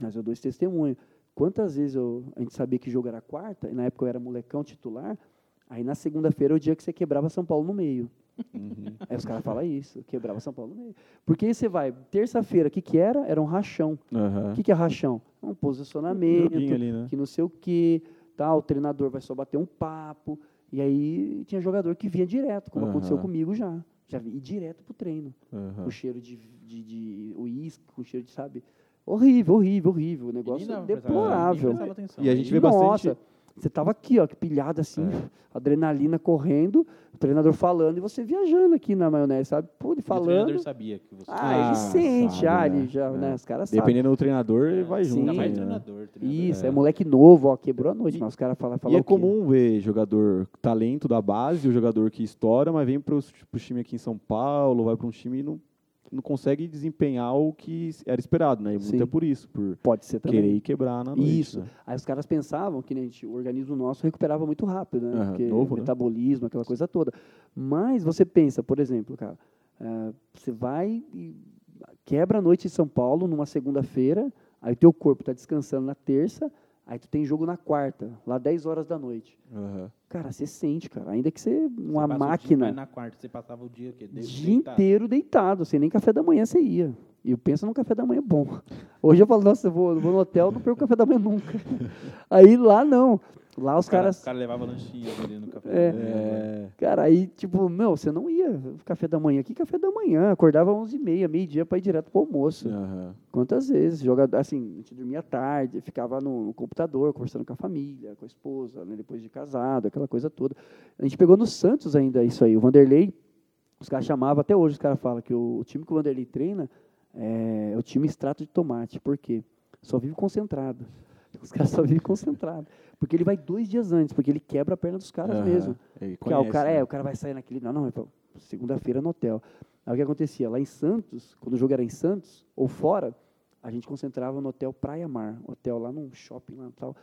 Mas eu dou esse testemunho. Quantas vezes eu, a gente sabia que jogo era quarta, e na época eu era molecão titular, aí na segunda-feira é o dia que você quebrava São Paulo no meio. Uhum. Aí os caras falam isso, quebrava São Paulo no meio. Porque aí você vai, terça-feira, o que, que era? Era um rachão. O Aham. <laughs> que, que é rachão? É um posicionamento, Joguinho ali, né? que não sei o quê, tá? o treinador vai só bater um papo. E aí tinha jogador que vinha direto, como Aham. Tá. aconteceu comigo já. Já ia direto pro treino. Aham. Com cheiro de, de, de uísque, com cheiro de, sabe? Horrível, horrível, horrível. O E nem negócio dava pra prestar- deplorável. nem prestava atenção. E a gente vê Nossa, bastante- É. Você tava aqui, ó, que pilhado assim, adrenalina correndo, o treinador falando e você viajando aqui na maionese, sabe? Pô, E ele O treinador falando. sabia que você. Ah, ele Ah, sente, sabe, ah, né? ele já, É. né? Os caras sabem. Dependendo do treinador, É, ele vai É. Sim. junto. Ainda mais né? treinador. treinador. Isso, é. moleque novo, ó, quebrou a noite, E- mas os caras falam E falam é o quê? comum ver jogador talento da base, o jogador que estoura, mas vem para o time aqui em São Paulo, vai para um time e não, não consegue desempenhar o que era esperado, né? E muito Sim. é por isso, por Pode ser também. querer quebrar na noite. Isso. né? Aí os caras pensavam que né, gente, o organismo nosso recuperava muito rápido, né? Aham, Porque novo, né? metabolismo, aquela coisa toda. Mas você pensa, por exemplo, cara, ah, você vai e quebra a noite em São Paulo numa segunda-feira, aí teu corpo está descansando na terça, aí tu tem jogo na quarta, lá 10 horas da noite. Cara, você sente, cara, ainda que você Você uma passa o dia máquina inteiro Na quarta, você passava o dia o quê? De- dia deitado? inteiro deitado, sem nem café da manhã você ia. E eu penso num café da manhã bom. Hoje eu falo, nossa, eu vou, eu vou no hotel, não perco café da manhã nunca. Aí lá não. Lá os Os caras. caras. Os caras levavam lanchinho ali no café. É. da manhã. É, Cara, aí, tipo, meu, você não ia. Café da manhã. Que café da manhã? Acordava 11h30, meio-dia pra ir direto pro almoço. aham. Quantas vezes? Jogador, assim, a gente dormia tarde, ficava no, no computador conversando com a família, com a esposa, né, depois de casado, aquela coisa toda. A gente pegou no Santos ainda isso aí. O Vanderlei, os caras chamavam, até hoje os caras falam que o, o time que o Vanderlei treina é, o time extrato de tomate. Por quê? Só vive concentrado. <laughs> Os caras só vivem concentrado. Porque ele vai dois dias antes, porque ele quebra a perna dos caras Aham. mesmo. Ele Porque, ah, conhece, o cara, né? é, o cara vai sair naquele. Não, não, é pra- segunda-feira no hotel. Aí o que acontecia? Lá em Santos, quando o jogo era em Santos, ou fora, a gente concentrava no hotel Praia Mar, hotel lá num shopping lá e tal.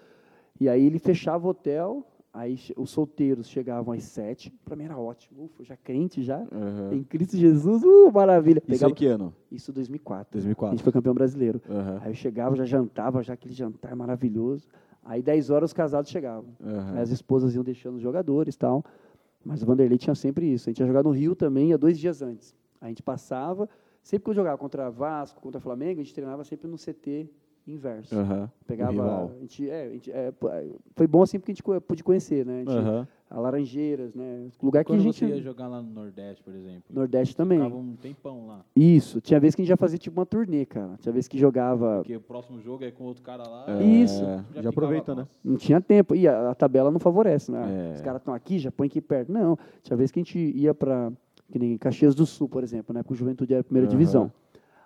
E aí ele fechava o hotel, aí che- os solteiros chegavam às sete, pra mim era ótimo, ufa, já crente já, Aham. em Cristo Jesus, uh, maravilha. Isso aí Pegava, é que ano? isso em 2004. A 2004. gente foi campeão brasileiro. Aham, Aí eu chegava, já jantava, já aquele jantar maravilhoso. Aí 10 horas os casados chegavam. aham. Aí As esposas iam deixando os jogadores e tal. Mas o Vanderlei tinha sempre isso. A gente ia jogar no Rio também, ia dois dias antes. A gente passava, sempre que eu jogava contra Vasco, contra Flamengo, a gente treinava sempre no CT inverso. Aham. O Pegava. É. rival. A gente, é, a gente, é, pô, é, foi bom assim porque a gente co- pôde conhecer, né? A, gente, Aham. a Laranjeiras, né? Lugar que a Quando gente. você ia jogar lá no Nordeste, por exemplo. Nordeste também. Ficava um tempão lá. Isso. Tinha vez que a gente já fazia tipo uma turnê, cara. Tinha vez que jogava. Porque o próximo jogo é com outro cara lá. É, Isso. Já aproveita, né? Não tinha tempo. E a, a tabela não favorece, né? É. Os caras estão aqui, já põe aqui perto. Não. Tinha vez que a gente ia para que nem Caxias do Sul, por exemplo, né? Porque o Juventude era a primeira Aham. divisão.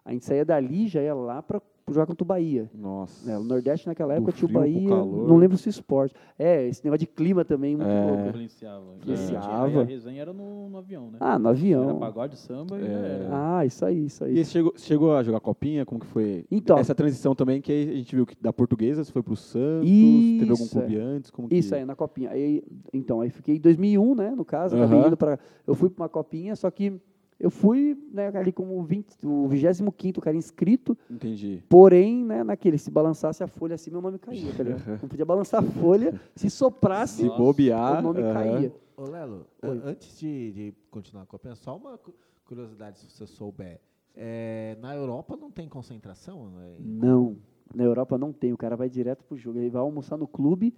A gente saía dali e já ia lá para jogar contra o Bahia. Nossa. né? O Nordeste naquela Do época tinha o frio pro Bahia, calor. não lembro se esporte. É, esse negócio de clima também muito É. louco. Influenciava. Influenciava. E a resenha era no, no avião, né? Ah, no Era avião. pagode, samba e É. já era. Ah, isso aí, isso aí. E você chegou, chegou a jogar copinha? Como que foi Então. essa transição também que a gente viu que da portuguesa você foi pro Santos, teve algum Isso, é. clube antes? Como Isso que... aí, na copinha. Aí, então, aí fiquei em 2001, né, no caso, acabei Aham. indo pra, eu fui para uma copinha, só que eu fui, né, ali como 20, o 25º cara inscrito, Entendi. porém, né, naquele se balançasse a folha assim, meu nome caía, tá ligado? Não podia balançar a folha, se soprasse, Se Nossa, bobear. o nome aham. caía. Ô, Lelo, É. a- antes de, de continuar com a Copa, só uma cu- curiosidade, se você souber. É, na Europa não tem concentração? né? Não, na Europa não tem, o cara vai direto pro jogo, ele vai almoçar no clube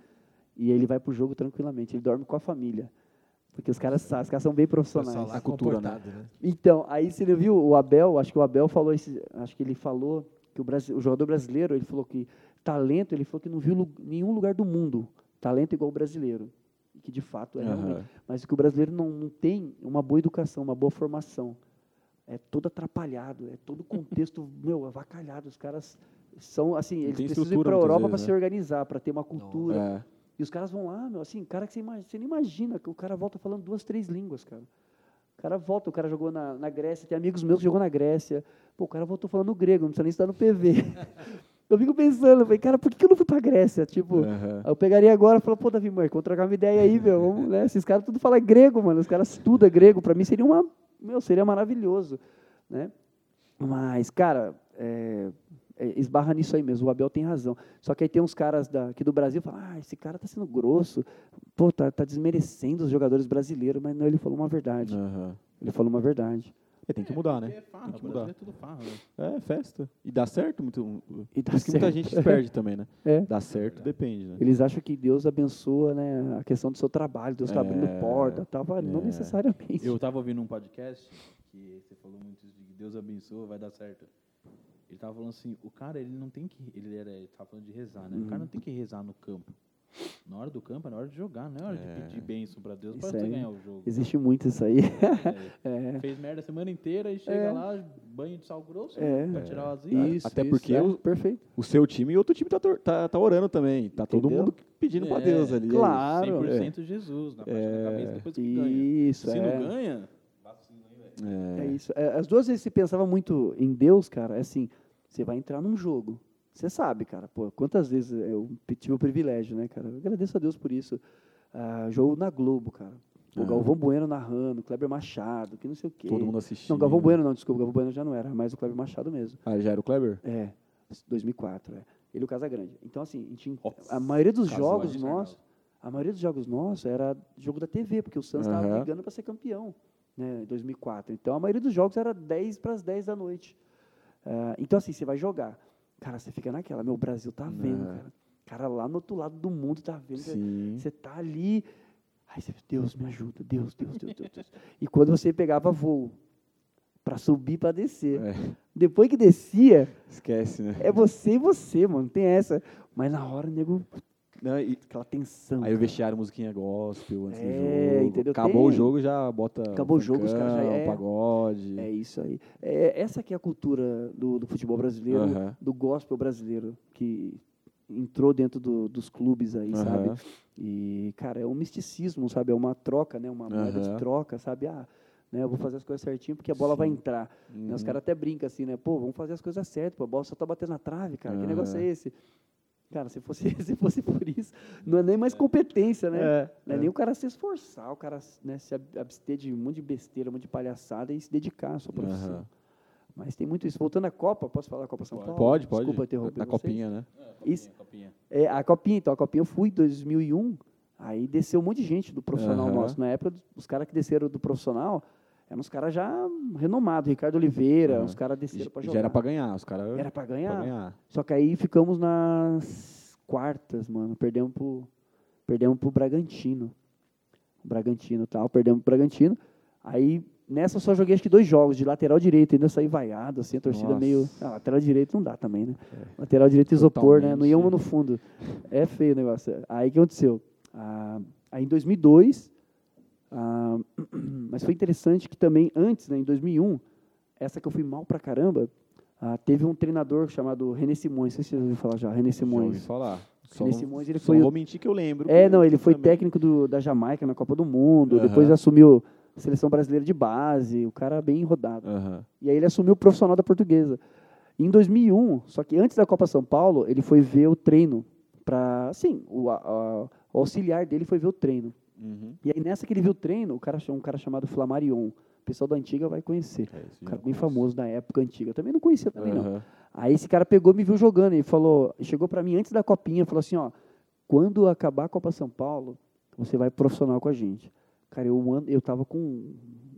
e ele vai pro jogo tranquilamente, ele dorme com a família. Porque os caras, sa- os caras são bem O profissionais. pessoal lá A cultura, né? comportado, né? Então, aí você não viu o Abel, acho que o Abel falou esse, acho que ele falou que o, brasi- o jogador brasileiro, ele falou que talento, ele falou que não viu lu- nenhum lugar do mundo talento igual o brasileiro, E que de fato é Aham. realmente, mas que o brasileiro não, não tem uma boa educação, uma boa formação. É todo atrapalhado, é todo contexto, <laughs> meu, avacalhado, os caras são assim, eles tem precisam ir estrutura, para a muitas Europa para vezes, né? se organizar, para ter uma cultura, É. e os caras vão lá, meu, assim, cara que você, imagina, você nem imagina, que o cara volta falando duas, três línguas, cara. O cara volta, o cara jogou na, na Grécia, tem amigos meus que jogou na Grécia. Pô, o cara voltou falando grego, não precisa nem estar no PV. <laughs> eu fico pensando, eu falei, cara, por que eu não fui pra Grécia? Tipo, aham. eu pegaria agora e falaria, pô, Davi Marco, vamos trocar uma ideia aí, meu, vamos, né? Esses caras tudo falam grego, mano, os caras estudam grego, pra mim seria uma, meu, seria maravilhoso, né? Mas, cara, é, é, esbarra nisso aí mesmo, o Abel tem razão. Só que aí tem uns caras da, aqui do Brasil que falam, ah, esse cara tá sendo grosso, pô, tá, tá desmerecendo os jogadores brasileiros, mas não, ele falou uma verdade, aham. ele falou uma verdade. É, tem que mudar, Porque né? É farra, Tem que mudar. brasileiro é tudo farra, né? É, festa. E dá certo muito. um, E tá Por isso que muita certo. gente se perde também, né? É. Dá certo, depende, né? <laughs> Eles acham que Deus abençoa né, a questão do seu trabalho, Deus está abrindo É, porta, tal, mas não é. necessariamente. Eu estava ouvindo um podcast que você falou muito isso de que Deus abençoa, vai dar certo. Ele tava falando assim, o cara, ele não tem que. Ele, era, ele tava falando de rezar, né? O Uhum. cara não tem que rezar no campo. Na hora do campo, é na hora de jogar, não é hora de pedir bênção pra Deus pra Isso você aí. ganhar o jogo. Existe muito isso aí. É. Fez merda a semana inteira e chega lá, banho de sal grosso É. pra tirar o azia. Isso, Até isso, porque é, o- perfeito. O seu time e outro time tá, tor- tá, tá orando também. Tá todo Entendeu? mundo pedindo pra É, Deus ali. Claro. É. 100% Jesus, na parte da cabeça, depois que ganha. Isso, Se é. não ganha, É isso. É, As duas vezes que você pensava muito em Deus, cara, é assim, você vai entrar num jogo. Você sabe, cara, pô, quantas vezes eu tive o privilégio, né, cara? Eu agradeço a Deus por isso. Ah, jogo na Globo, cara. O Galvão Bueno narrando, Kleber Machado, que não sei o quê. Todo mundo assistindo. Não, Galvão Bueno não, desculpa, Galvão Bueno já não era, mas o Kleber Machado mesmo. Ah, já era o Kleber? É, 2004, é. Ele e o Casagrande. Então, assim, a, gente- a maioria dos casou jogos é ali, nossos, a maioria dos jogos nossos era jogo da TV, porque o Santos estava Aham. brigando para ser campeão, né, em 2004. Então, a maioria dos jogos era 10 para as 10 da noite. Ah, então, assim, você vai jogar. Cara, você fica naquela, meu, o Brasil tá vendo, cara. Cara, lá no outro lado do mundo tá vendo. cara. Né. Sim. Você tá ali. Aí você, Deus, me ajuda, Deus, Deus, Deus, Deus. Deus. E quando você pegava voo para subir, para descer. É, Depois que descia, esquece, né? é você e você, mano. Tem essa. Mas na hora, nego, Não, e- aquela tensão. aí o vestiário, musiquinha gospel antes do É, jogo. entendeu? Acabou o Tem- jogo, já bota. Acabou um o jogo, os caras já funkão, é- Um pagode. É isso aí. É, essa que é a cultura do, do futebol brasileiro, Aham. do gospel brasileiro, que entrou dentro do- dos clubes aí, sabe? Aham. E, cara, é um misticismo, sabe? É uma troca, né? Uma moeda de Aham. troca, sabe? Ah, né, eu vou fazer as coisas certinho porque a bola vai entrar. Né, Uhum. Hum. Os caras até brincam assim, né? Pô, vamos fazer as coisas certas, pô, a bola só tá batendo na trave, cara. Que Aham. negócio é esse? Cara, se fosse, <laughs> se fosse por isso, não é nem mais competência, né? É, Não é nem o cara se esforçar, o cara né, se ab- abster de um monte de besteira, um monte de palhaçada e se dedicar à sua profissão. Aham. Mas tem muito isso. Voltando à Copa, posso falar da Copa São Paulo? Pode, pode. Desculpa interromper Na vocês. copinha, né? Isso. copinha. É, a Copinha, então, a Copinha eu fui em 2001, aí desceu um monte de gente do profissional Aham. nosso. Na época, os caras que desceram do profissional eram uns caras já renomados, Ricardo Oliveira, Aham. uns caras desceram para Já jogar. já era pra ganhar. Os caras. Era pra ganhar. Pra ganhar. Só que aí ficamos nas quartas, mano. Perdemos pro, perdemos pro Bragantino. O Bragantino e tal, perdemos pro Bragantino. Aí nessa eu só joguei acho que dois jogos, de lateral direito, ainda eu saí vaiado, assim, a torcida Nossa. meio. Ah, lateral direito não dá também, né? Lateral direito isopor, né? Não ia uma Totalmente. no fundo. É feio o negócio. Aí o que aconteceu? Ah, aí em 2002, ah, <clears throat> mas foi interessante que também antes, né, em 2001, essa que eu fui mal pra caramba, ah, teve um treinador chamado René Simões, não sei se vocês ouviram falar já, René Já ouvi Simões. falar. Só René não- Simões, ele só foi não o- vou mentir que eu lembro. É, que- não, ele foi também. técnico do- da Jamaica na Copa do Mundo, Aham. depois assumiu a seleção brasileira de base, o cara bem rodado. Aham. E aí ele assumiu o profissional da portuguesa. Em 2001, só que antes da Copa São Paulo, ele foi ver o treino para, sim, o, a- a- o auxiliar dele foi ver o treino. Uhum. E aí nessa que ele viu o treino, o cara, um cara chamado Flamarion, o pessoal da antiga vai conhecer, É, isso já um cara bem conheço. famoso da época antiga. Eu também não conhecia também não. Aham. Aí esse cara pegou, me viu jogando e falou, chegou para mim antes da copinha, falou assim, ó, quando acabar a Copa São Paulo, você vai profissional com a gente. Cara, eu um ano, eu tava com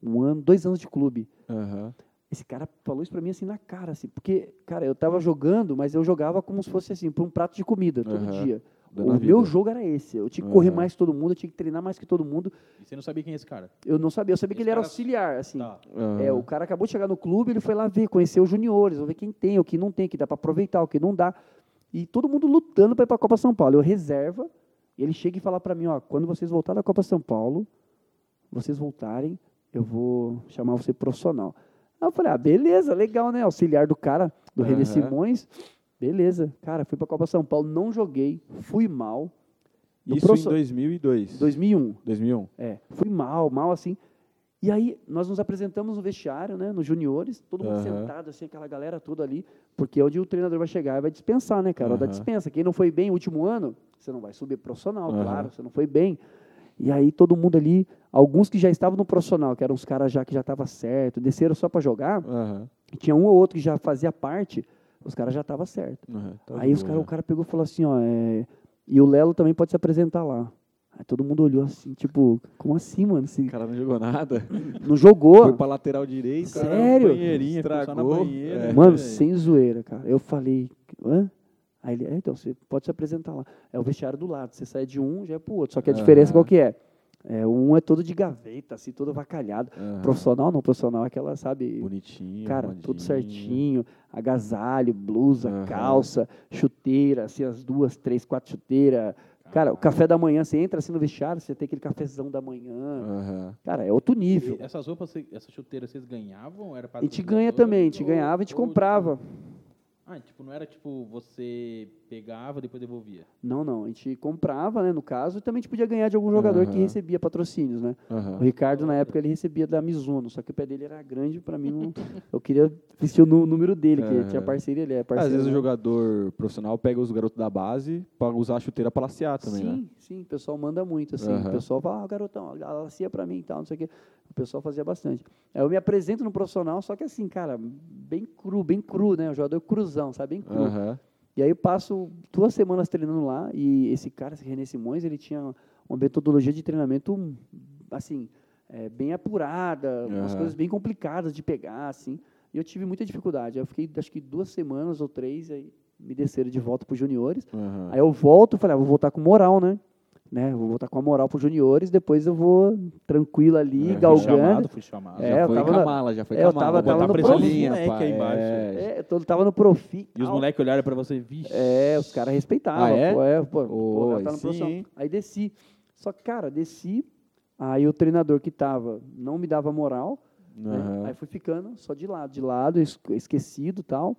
um ano, dois anos de clube. Aham. Esse cara falou isso pra mim assim na cara, assim, porque, cara, eu tava jogando, mas eu jogava como se fosse assim, por um prato de comida todo Aham. dia. Dando o a meu vida. jogo era esse. Eu tinha que correr Aham. mais que todo mundo, eu tinha que treinar mais que todo mundo. E você não sabia quem é esse cara? Eu não sabia, eu sabia que Esse ele era cara- auxiliar, assim. Tá. Aham. É, o cara acabou de chegar no clube, ele foi lá ver, conhecer os juniores, ver quem tem, o que não tem, o que dá pra aproveitar, o que não dá. E todo mundo lutando pra ir pra Copa São Paulo. Eu reserva, e ele chega e fala pra mim, ó, quando vocês voltarem da Copa São Paulo, vocês voltarem, eu vou chamar você profissional. Aí eu falei, ah, beleza, legal, né? Auxiliar do cara, do René Aham. Simões. Beleza. Cara, fui pra Copa São Paulo, não joguei, fui mal. Do Isso profissional- em 2002. 2001. 2001. É, fui mal, mal assim. E aí nós nos apresentamos no vestiário, né, nos juniores, todo mundo Aham. sentado assim, aquela galera toda ali, porque é onde o treinador vai chegar e vai dispensar, né, cara, da Aham. dispensa. Quem não foi bem no último ano, você não vai subir pro profissional, Aham. claro, você não foi bem. E aí todo mundo ali, alguns que já estavam no profissional, que eram os caras já que já estavam certo, desceram só para jogar, Aham. e tinha um ou outro que já fazia parte, os caras já estavam certo. Aham. Tá Aí de os boa, cara, né? o cara pegou e falou assim, ó, é, e o Lelo também pode se apresentar lá. Aí todo mundo olhou assim, tipo, como assim, mano? Esse O cara não jogou nada. não Foi jogou? pra lateral direito. Sério? Sério? Banheirinha, Estragou. Estragou. banheira. É. velho. Mano, sem zoeira, cara. Eu falei, hã? Aí ele, é, então, você pode se apresentar lá. É o vestiário do lado, você sai de um, já é pro outro. Só que a diferença Aham. qual que é? É, um é todo de gaveta, assim, todo avacalhado. Aham. Profissional não, profissional é aquela, sabe, Bonitinho. Cara, arrumadinho. tudo certinho, agasalho, blusa, Aham. calça, chuteira, assim, as duas, três, quatro chuteiras. Cara, o café da manhã, você entra assim no vestiário, você tem aquele cafezão da manhã. Aham. Cara, é outro nível. E essas roupas, cê- essas chuteiras, vocês ganhavam? Era pra A gente ganha também, a gente é ganhava, a gente Ou- ou- comprava. Ah, tipo, não era tipo, você pegava e depois devolvia. Não, não, a gente comprava, né, no caso, e também a gente podia ganhar de algum jogador que Aham. recebia patrocínios, né? Aham. O Ricardo, na época, ele recebia da Mizuno, só que o pé dele era grande, pra mim, não, eu queria vestir o nu- número dele, que Aham. tinha parceria, ele é parceiro. Às vezes o né? jogador profissional pega os garotos da base para usar a chuteira para lacear também, sim, né? sim, o pessoal manda muito, assim. Aham. O pessoal fala, ah, garotão, lacia pra mim e tal, não sei o quê. O pessoal fazia bastante. Aí eu me apresento no profissional, só que assim, cara, bem cru, bem cru, né? O jogador cruzão, sabe? Bem cru. Aham. E aí eu passo duas semanas treinando lá e esse cara, esse René Simões, ele tinha uma metodologia de treinamento, assim, é, bem apurada, umas Aham. coisas bem complicadas de pegar, assim. E eu tive muita dificuldade. Eu fiquei, acho que duas semanas ou três, aí me desceram de volta para os juniores. Aham. Aí eu volto, falei, ah, vou voltar com moral, né? né? Vou voltar com a moral pros juniores, depois eu vou tranquilo ali, É, Fui chamado, galgando. fui chamado. É, já eu foi tava com a na- mala, já foi é, com a eu tava- mala. tava botar no né, pressão profi- linha, moleque pai, aí embaixo. é. É, eu tava no profi. E os tal. moleques olharam pra você, vixe. É, os caras respeitavam. Ah, é? Pô, é, pô, pô, Ô, o cara aí tá no sim, profissional. hein? Aí desci. Só que, cara, desci. Aí o treinador que tava não me dava moral. né? Aham. Aí fui ficando só de lado, de lado, es- esquecido tal.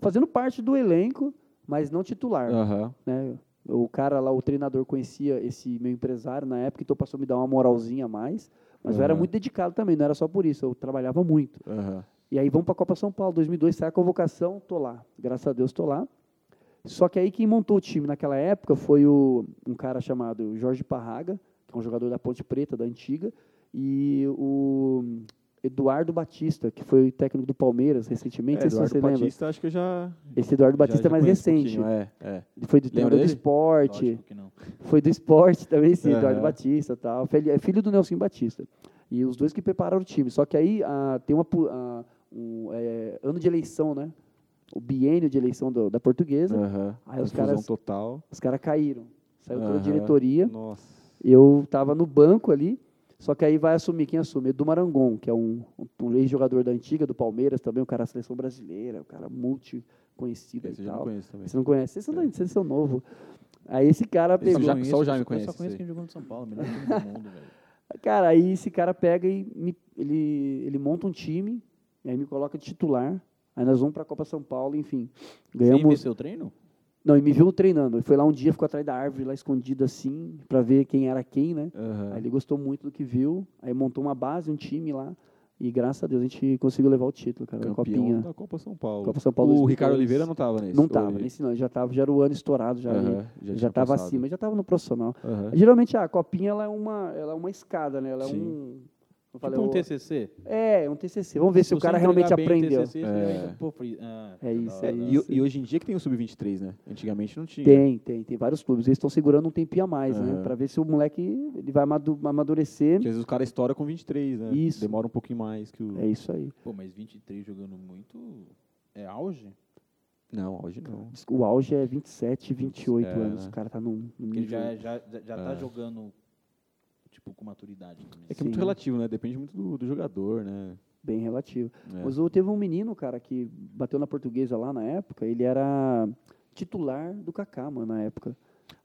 Fazendo parte do elenco, mas não titular. Aham. né? O cara lá, o treinador, conhecia esse meu empresário na época, então passou a me dar uma moralzinha a mais. Mas eu era Aham. muito dedicado também, não era só por isso, eu trabalhava muito. Aham. E aí vamos para a Copa São Paulo, 2002, sai a convocação, tô lá. Graças a Deus, tô lá. Só que aí quem montou o time naquela época foi o, um cara chamado Jorge Parraga, que é um jogador da Ponte Preta, da antiga, e o Eduardo Batista, que foi o técnico do Palmeiras recentemente, É, não sei se Eduardo você lembra. Batista, acho que eu já. Esse Eduardo Batista já, já é mais conheço um recente. pouquinho, É, é. Ele foi do Lembra treinador do dele? esporte. Lógico que não. Foi do esporte também, sim, Aham. Eduardo Batista e tal. Filho, é filho do Nelson Batista. E os dois que prepararam o time. Só que aí ah, tem uma, pu- ah, um é, ano de eleição, né? O biênio de eleição do- da portuguesa. Aham. Aí os Confusão caras- total. Os caras caíram. Saiu toda a Aham. diretoria. Nossa. Eu estava no banco ali. Só que aí vai assumir quem assume? Edu Marangon, que é um, um ex-jogador da antiga, do Palmeiras também, um cara da seleção brasileira, um cara multi conhecido Esse e eu já tal. não conheço também. Você não conhece? Vocês são, vocês são novo. Aí esse cara Esse pegou. eu já- só o Jaime eu Eu conhece só isso conheço aí. quem jogou no São Paulo, melhor time do mundo, <laughs> velho. Cara, aí esse cara pega e me- ele, ele monta um time, e aí me coloca de titular. Aí nós vamos para a Copa São Paulo, enfim. Você Ganhamos. venceu o treino? Não, e me viu treinando. Ele foi lá um dia, ficou atrás da árvore, lá escondido assim, para ver quem era quem, né? Aham. Aí ele gostou muito do que viu, aí montou uma base, um time lá. E graças a Deus a gente conseguiu levar o título, cara. Campeão a Copinha. da Copa São Paulo. Copa São Paulo o 2002. Ricardo Oliveira não tava nesse. Não ou tava, ele- nesse não. ele Já tava, já era o ano estourado, já. Aham, ele- já já tinha tava passado. acima, já tava no profissional. Aham. Geralmente a copinha ela é uma, ela é uma escada, né? Ela é É. Sim. um. eu falei, Tipo um ô, TCC? É, um TCC. Vamos ver se, o você cara entregar realmente bem aprendeu. TCC, você É. já- pô, fri- ah, É isso, da é hora. E, e hoje em dia que tem o Sub-23, né? Antigamente não tinha. Tem, tem, tem vários clubes. Eles estão segurando um tempinho a mais, né? Aham. Pra ver se o moleque ele vai amadu- amadurecer. Porque às vezes o cara estoura com 23, né? Isso. Demora um pouquinho mais que o. É isso aí. Pô, mas 23 jogando muito é Uhum. auge? Não, hoje não. O auge é 27, 28 É, anos. né? O cara tá num. num Porque ele nível- já, já, já, já tá É. jogando, tipo, com maturidade também. É que é muito Sim. relativo, né? Depende muito do, do jogador, né? bem relativo. É. Mas eu- teve um menino, cara, que bateu na portuguesa lá na época, ele era titular do Kaká, mano, na época.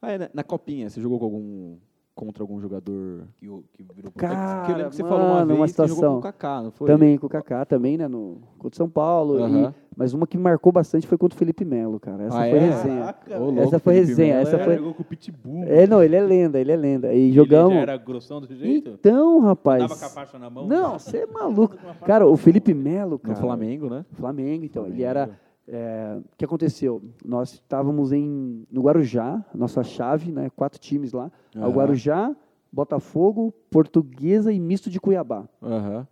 Ah, é, na, na copinha, você jogou com algum. contra algum jogador. Que, o- que virou Cara, Porque eu lembro que você falou uma mano, vez uma que você jogou com situação. o Kaká, não foi? Também com o Kaká, também, né, no contra o São Paulo. Aham. e- mas uma que me marcou bastante foi contra o Felipe Melo, cara. Essa Ah, foi é? resenha. Caraca, Ô, velho. louco, Essa foi Felipe resenha, Melo é essa O cara foi. jogou com o Pitbull. É, não, ele é lenda, ele é lenda. E jogamos. Ele já era grossão do jeito? Então, Tava com a rapaz. faixa na mão? Não, você <laughs> é maluco. Com a faixa Cara, na o mão, Felipe velho. Melo, No cara. Flamengo, né? Flamengo, então. Ele Flamengo. era. é, O que aconteceu? Nós estávamos em, no Guarujá, nossa chave, né? Quatro times lá. O Aham. Guarujá, Botafogo, Portuguesa e misto de Cuiabá. Aham.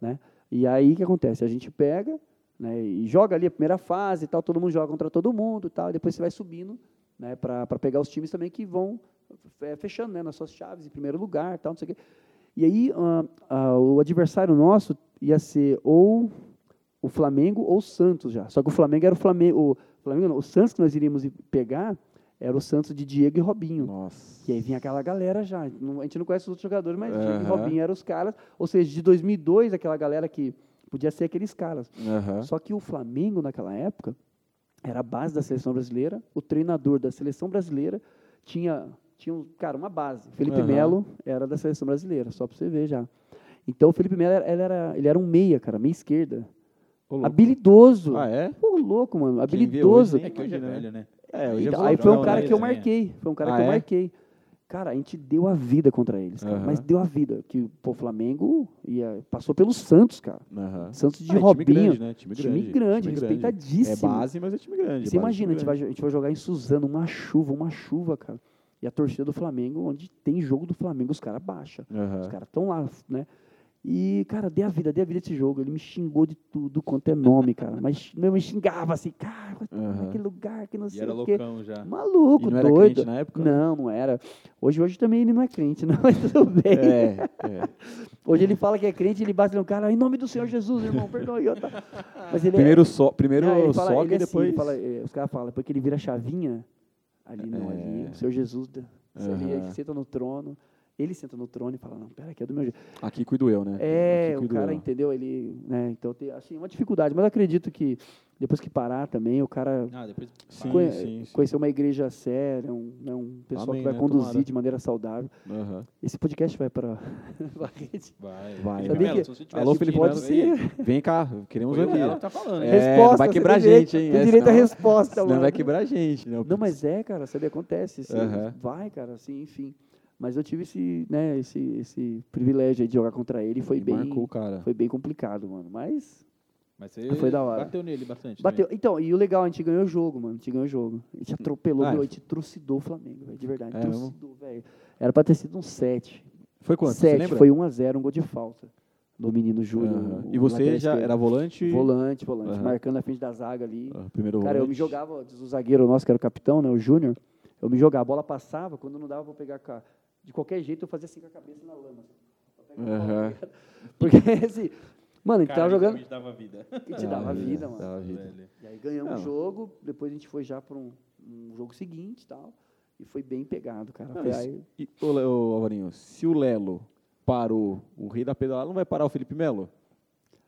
E aí o que acontece? A gente pega né, e joga ali a primeira fase e tal, todo mundo joga contra todo mundo e tal, e depois você vai subindo né, para pegar os times também que vão é, fechando né, nas suas chaves em primeiro lugar e tal, não sei o quê. E aí ah, ah, o adversário nosso ia ser ou o Flamengo ou o Santos já. Só que o Flamengo era o Flamengo. O Flamengo não, o Santos que nós iríamos ir pegar era o Santos de Diego e Robinho. Nossa. E aí vinha aquela galera já. Não- a gente não conhece os outros jogadores, mas Diego e Aham. Robinho eram os caras. Ou seja, de 2002, aquela galera que podia ser aqueles caras. Aham. Só que o Flamengo, naquela época, era a base da seleção brasileira. O treinador da seleção brasileira tinha, tinha um- cara, uma base. Felipe Aham. Melo era da seleção brasileira, só para você ver já. Então, o Felipe Melo, era- ele era, ele era um meia, cara, meia esquerda. Ô, louco. Habilidoso. Ah, é? Pô, louco, mano. Quem vê Habilidoso. hoje, É que hoje é velho, né? É, Então, hoje é aí bom, foi não, um cara né? que eu né? marquei. Foi um cara Ah, que eu é? marquei. Cara, a gente deu a vida contra eles, cara. Aham. Mas deu a vida. Que pô, o Flamengo ia, passou pelo Santos, cara. Aham. Santos de Ah, é Robinho. Time grande, né? Time Time grande. grande, time respeitadíssimo. É base, mas é time grande. base, Você imagina, a time gente, vai, jo- a gente vai jogar em Suzano, uma chuva, uma chuva, cara. E a torcida do Flamengo, onde tem jogo do Flamengo, os caras baixam. grande. Aham. Os caras estão lá, né? E, cara, dê a vida, dê a vida esse jogo. Ele me xingou de tudo quanto é nome, cara. Mas meu, me xingava assim, cara, vai tomar Aham. naquele lugar que não E sei era o quê. loucão já. Maluco, E não era doido. crente né? na época? Não, não era. Hoje, hoje também ele não é crente, <laughs> não, mas tudo bem. É, é. Hoje ele fala que é crente, ele bate no cara, em nome do Senhor Jesus, irmão, perdoa aí. ó, tá. Mas ele é- Primeiro, so, primeiro não, ele fala- soca ele e é assim, depois... ele fala, eh, os caras falam, depois que ele vira a chavinha, ali não, ali, É. o Senhor Jesus, da- se ele, ele Aham. senta no trono, ele senta no trono e fala, não, pera, aqui é do meu jeito. Aqui cuido eu, né? É, Aqui o cuido cara eu. entendeu, ele, né, então tem, assim, uma dificuldade, mas eu acredito que depois que parar também, o cara Ah, depois. Sim, conhe- sim, sim. conhecer uma igreja séria, um, né, um pessoal Amém, que vai né, conduzir tomara. de maneira saudável. Aham. Esse podcast vai <laughs> para a rede. Vai. Vai. Felipe Sabia Melo, que- se você tivesse Alô, aqui, Felipe né, Pode veio. ser. Vem cá, queremos Foi o ouvir. Melo que tá falando. É. né? resposta, vai você quebrar tem a direito- gente, hein? Tem É, direito à senão- resposta, Senão mano. vai quebrar a gente, né? Tá Não, mas é, cara, sabe, acontece. assim, Aham. Vai, cara, assim, enfim. Mas eu tive esse, né, esse, esse privilégio aí de jogar contra ele e foi E bem. Marcou, cara. Foi bem complicado, mano. Mas. Mas você Foi da hora. bateu nele bastante. né? Bateu. Então, e o legal, a gente ganhou o jogo, mano. A gente ganhou o jogo. A gente atropelou, Ah, meu, a é. gente trucidou o Flamengo, velho. De verdade. É mesmo? trucidou, velho. Era pra ter sido um 7. Foi quanto? você 7, lembra? foi 1x0, um gol de falta. Do menino Júlio. Aham. o E você lateral já esquerdo. era volante? Volante, volante. Aham. Marcando na frente da zaga ali. Ah, Primeiro Cara, eu me volante. jogava, diz o zagueiro nosso, que era o capitão, né, o Júnior, eu me jogava, a bola passava, quando não dava pra pegar com a- de qualquer jeito, eu fazia assim com a cabeça na lama. pra pegar a bola. tá Aham. <laughs> Porque assim, mano, a gente tava jogando Te dava vida. e te dava vida, mano. Dava É, vida. Velho. E aí ganhamos Ah, Não. o jogo, depois a gente foi já pra um, um jogo seguinte e tal, e foi bem pegado, cara. Não, Foi isso- aí- E, ô, Le- ô, Alvarinho, se o Lelo parou o rei da pedalada, não vai parar o Felipe Melo?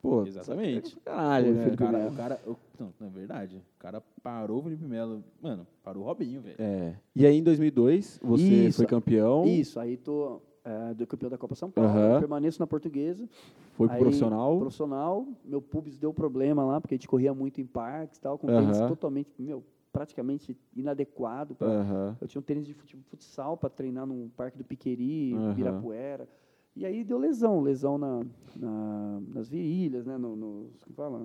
Pô, Exatamente. Caralho, Pô, né? O Felipe- cara, Melo. o cara o- não, na verdade, o cara parou o Felipe Melo. Mano, parou o Robinho, velho. É. E aí, em 2002, você Isso. foi campeão, Isso, aí tô é, do campeão da Copa São Paulo, Então, Aham. permaneço na portuguesa. foi pro Aí, profissional. Profissional. Meu pubis deu problema lá, porque a gente corria muito em parques e tal, com um tênis Aham. totalmente, meu, praticamente inadequado. pra- Aham. Eu tinha um tênis de fute- futsal para treinar num parque do Piqueri, Aham. Ibirapuera. E aí deu lesão, lesão na, na- nas virilhas, né? No, nos- como fala?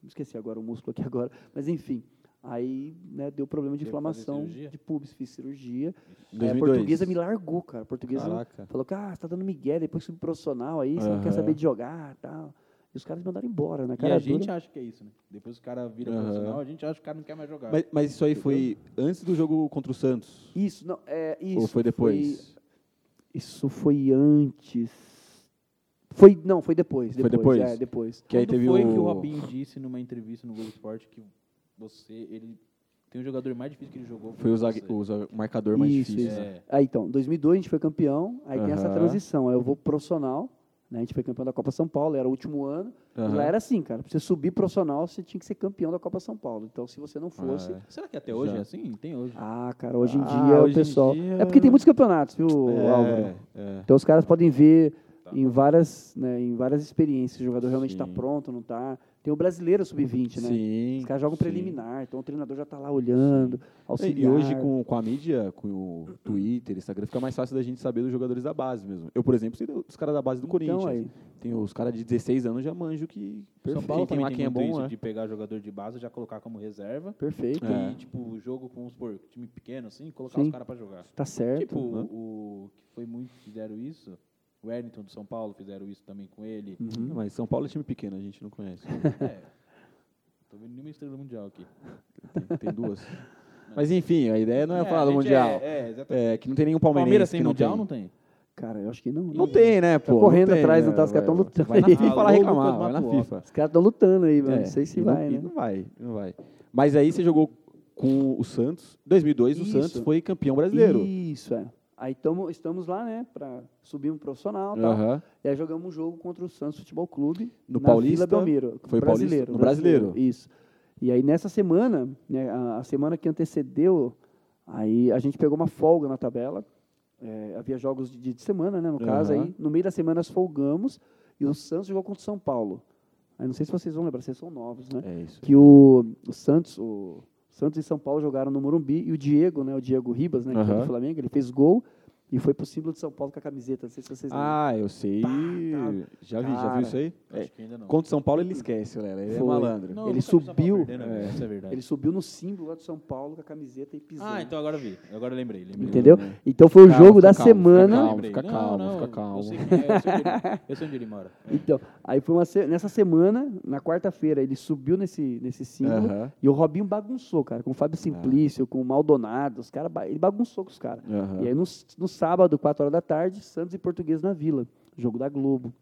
Me Esqueci agora o músculo aqui agora. Mas enfim, aí né, deu problema de Teve que fazer inflamação cirurgia? de pubis, fiz cirurgia. Em Aí É, a 2002. portuguesa me largou, cara. A portuguesa Caraca. Falou, cara, você tá dando migué depois que subiu profissional aí, você não quer Aham. saber de jogar e tal. E os caras me mandaram embora, né? E Cara, a gente dura. acha que é isso, né? Depois o cara vira Aham. profissional, a gente acha que o cara não quer mais jogar. Mas, mas isso aí foi antes do jogo contra o Santos? Isso, não, é, isso. ou foi depois? isso foi antes. Foi, não, foi depois. Foi depois depois? É, depois. Que aí Quando teve foi o... que o Robinho disse numa entrevista no Globo Esporte que você, ele tem um jogador mais difícil que ele jogou. Foi o, você. zague- o zague- o marcador mais Isso, difícil. isso. né? É. Aí, então, 2002 a gente foi campeão, aí tem essa Aham. transição. Aí eu vou pro profissional, né? A gente foi campeão da Copa São Paulo, era o último ano. E Aham. lá era assim, cara, pra você subir profissional, você tinha que ser campeão da Copa São Paulo. Então, se você não fosse, Ah, é. Será que até hoje Já. é assim? Tem hoje. Ah, cara, hoje em Ah, dia hoje em o pessoal. dia- É porque tem muitos campeonatos, viu, Álvaro? É, é. Então os caras podem ver Tá. em várias, né, em várias experiências, se o jogador realmente está Sim. pronto, não está. Tem o brasileiro sub-20, né? Sim. Os caras jogam sim. preliminar, então o treinador já está lá olhando, auxiliar. E hoje, com, com a mídia, com o Twitter, Instagram, fica mais fácil da gente saber dos jogadores da base mesmo. Eu, por exemplo, sei dos caras da base do Corinthians. Então, aí, Tem os caras de 16 anos já manjo que. São Paulo tem também lá tem quem é muito isso bom, né? de pegar jogador de base, já colocar como reserva. perfeito. É. E, tipo, o jogo com os por, time pequeno, assim, colocar Sim. os caras pra jogar. Tá certo. Tipo, né? o que foi muito fizeram isso. O Wellington do São Paulo fizeram isso também com ele. Uhum. Não, Mas São Paulo é time pequeno, a gente não conhece. <laughs> É. Tô vendo nenhuma estrela mundial aqui. Tem, tem <laughs> duas. Mas enfim, a ideia não é, falar a do gente Mundial. É, É, é, exatamente. que não tem nenhum palmeirense. Palmeiras tem que não mundial tem. não tem? Cara, eu acho que não. Não tem, né, pô? correndo tem, atrás, né? não tá? Os caras tão Vai- lutando <laughs> Vai na aí. FIFA lá Alô, reclamar, Lucas vai na Matuoka. FIFA. Os caras estão lutando aí, mano. É, não sei se e vai, e né? Não vai, não vai. Mas aí você jogou com o Santos. Em 2002, o Isso. Santos foi campeão brasileiro. Isso, é. Aí tamo, estamos lá, né, para subir um profissional e tal. Aham. E aí jogamos um jogo contra o Santos Futebol Clube. No na Paulista? Vila Belmiro. Foi Paulista? brasileiro. No Brasileiro. Isso. E aí nessa semana, né, a, a semana que antecedeu, aí a gente pegou uma folga na tabela. É, havia jogos de, de semana, né, no caso. Aham. Aí no meio da semana nós folgamos e o Santos jogou contra o São Paulo. Aí não sei se vocês vão lembrar, vocês são novos, né? É isso. que o, o Santos, o Santos e São Paulo jogaram no Morumbi e o Diego, né, o Diego Ribas, né, que é Aham. do Flamengo, ele fez gol e foi pro símbolo de São Paulo com a camiseta, não sei se vocês lembram. Ah, eu sei. já vi, já Cara. viu isso aí? É. Acho que ainda não. Contra o São Paulo ele esquece, Lela. Ele é Foi. malandro. Não, eu nunca ele vi São Paulo subiu, perdendo, é. Isso é verdade. Ele subiu no símbolo lá do São Paulo com a camiseta e pisou. Ah, então agora vi. Agora eu lembrei. lembrei. Entendeu? né? Então foi o Calma, jogo da fica calmo, fica semana. calmo, Lembrei. fica Não, calmo, não, fica eu calmo. sei quem é, Eu sei onde ele- eu sei onde ele <laughs> mora. É. Então, aí foi uma se- nessa semana, na quarta-feira, ele subiu nesse, nesse símbolo Aham, Ah. e o Robinho bagunçou, cara, com o Fábio Simplício, com o Maldonado, os cara, ba- ele bagunçou com os caras. aham, E é, aí no, s- no sábado, 4 horas da tarde, Santos e Português na Vila, jogo da Globo.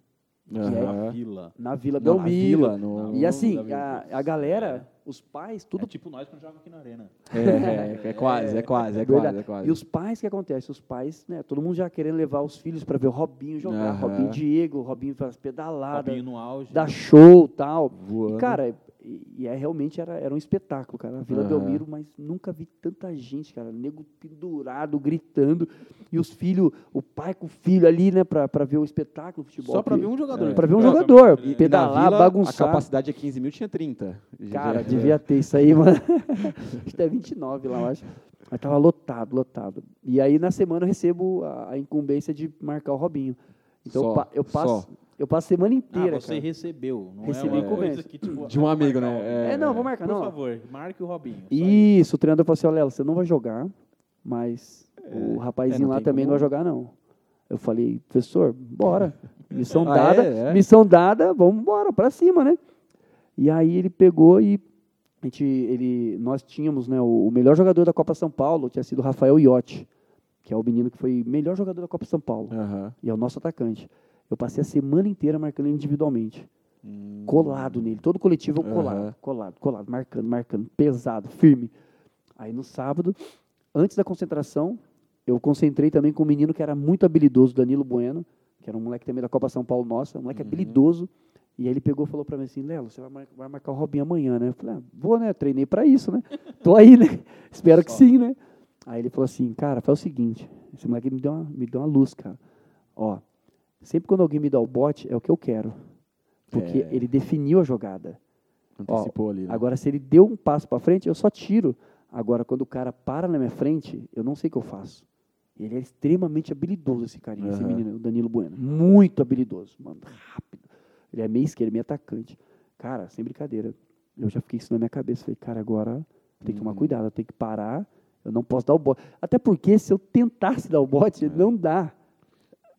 Na aham. vila. Na Vila Não, na Belmiro. vila, no- E assim, Na vila. a, a galera, os pais, tudo. É tipo nós quando jogamos aqui na arena. <laughs> É, é, é quase, é quase, é verdade. quase, é quase. E os pais, o que acontece? Os pais, né? Todo mundo já querendo levar os filhos para ver o Robinho jogar. Aham. Robinho Diego, Robinho faz pedalada, Fabinho no auge. dá show tal. Voando. E, cara, e, e é, realmente era, era um espetáculo, cara. A Vila Aham. Belmiro, mas nunca vi tanta gente, cara. Nego pendurado, gritando. E os filhos, o pai com o filho ali, né, pra, pra ver o espetáculo, o futebol. Só pra ver um jogador. Pra ver um Não, também, jogador. né? E na pedalar, vila, A bagunçar. capacidade é 15 mil, tinha 30. <laughs> Cara, Já- devia ter isso aí, mano. <laughs> acho que é 29 lá, eu acho. Mas tava lotado, lotado. E aí na semana eu recebo a, a incumbência de marcar o Robinho. Então Só, eu, pa- eu passo, só. eu passo a semana Ah, inteira, você cara. recebeu. Não Recebi é uma coisa incumbência. que, tipo, De um ah, marca o amigo, né? Robinho. É, não, vou marcar, Por não. favor, marque o Robinho. Só isso. Isso, o treinador falou assim, ó, Léo, você não vai jogar, mas o é, rapazinho não lá tem também como. não vai jogar, não. Eu falei, professor, bora. Missão <laughs> Ah, dada, é, é? missão dada, vamos embora, pra cima, né? E aí ele pegou e a gente, ele, nós tínhamos, né, o, o melhor jogador da Copa São Paulo tinha sido o Rafael Iotti, que é o menino que foi melhor jogador da Copa São Paulo, Aham. e é o nosso atacante. Eu passei a semana inteira marcando ele individualmente Hum. colado nele. Todo coletivo eu colado, Aham. colado, colado, marcando, marcando, pesado, firme. Aí no sábado, antes da concentração, eu concentrei também com um menino que era muito habilidoso, Danilo Bueno, que era um moleque também da Copa São Paulo nossa, um moleque Uhum. habilidoso. E aí ele pegou e falou pra mim assim, Lelo, você vai, mar- vai marcar o Robinho amanhã, né? Eu falei, ah, vou, né? Treinei pra isso, né? Tô aí, né? Espero que sim, né? Aí ele falou assim, cara, faz o seguinte, esse moleque me deu uma, me deu uma luz, cara. Ó, sempre quando alguém me dá o bote, é o que eu quero. Porque É. ele definiu a jogada. Antecipou ali, né? Agora, se ele deu um passo para frente, eu só tiro. Agora, quando o cara para na minha frente, eu não sei o que eu faço. Ele é extremamente habilidoso, esse carinha, esse Aham. menino, o Danilo Bueno. Muito habilidoso, mano, rápido. Ele é meio esquerdo, meio atacante. Cara, sem brincadeira. Eu já fiquei isso na minha cabeça. Falei, cara, agora tem que Uhum. tomar cuidado, eu tenho que parar. Eu não posso dar o bote. Até porque se eu tentasse dar o bote, não dá.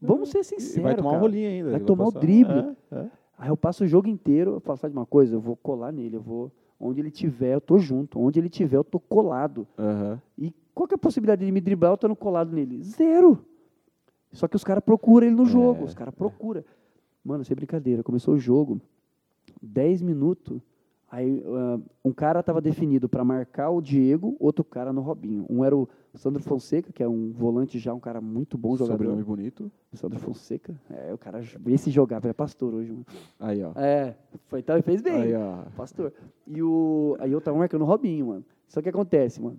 Vamos ser sinceros. É. E vai tomar um é cara. rolinho ainda. Vai ele tomar o passar. drible. É, é. Aí eu passo o jogo inteiro, eu falo, sabe de uma coisa? Eu vou colar nele, eu vou. Onde ele tiver, eu tô junto. Onde ele tiver, eu tô colado. Aham. E qual que é a possibilidade de me driblar eu estando colado nele? Zero! Só que os caras procuram ele no jogo, os caras procuram. Mano, sem brincadeira, começou o jogo, 10 minutos, aí ah, um cara tava definido para marcar o Diego, outro cara no Robinho. Um era o Sandro Fonseca, que é um volante já, um cara muito bom jogador. Sobrenome bonito. Sandro Fonseca, é, o cara, esse jogava, ele é pastor hoje, mano. Aí, ó. É, foi, então ele fez bem. Aí, ó. Pastor. E o, aí eu tava marcando o Robinho, mano. Só que acontece, mano.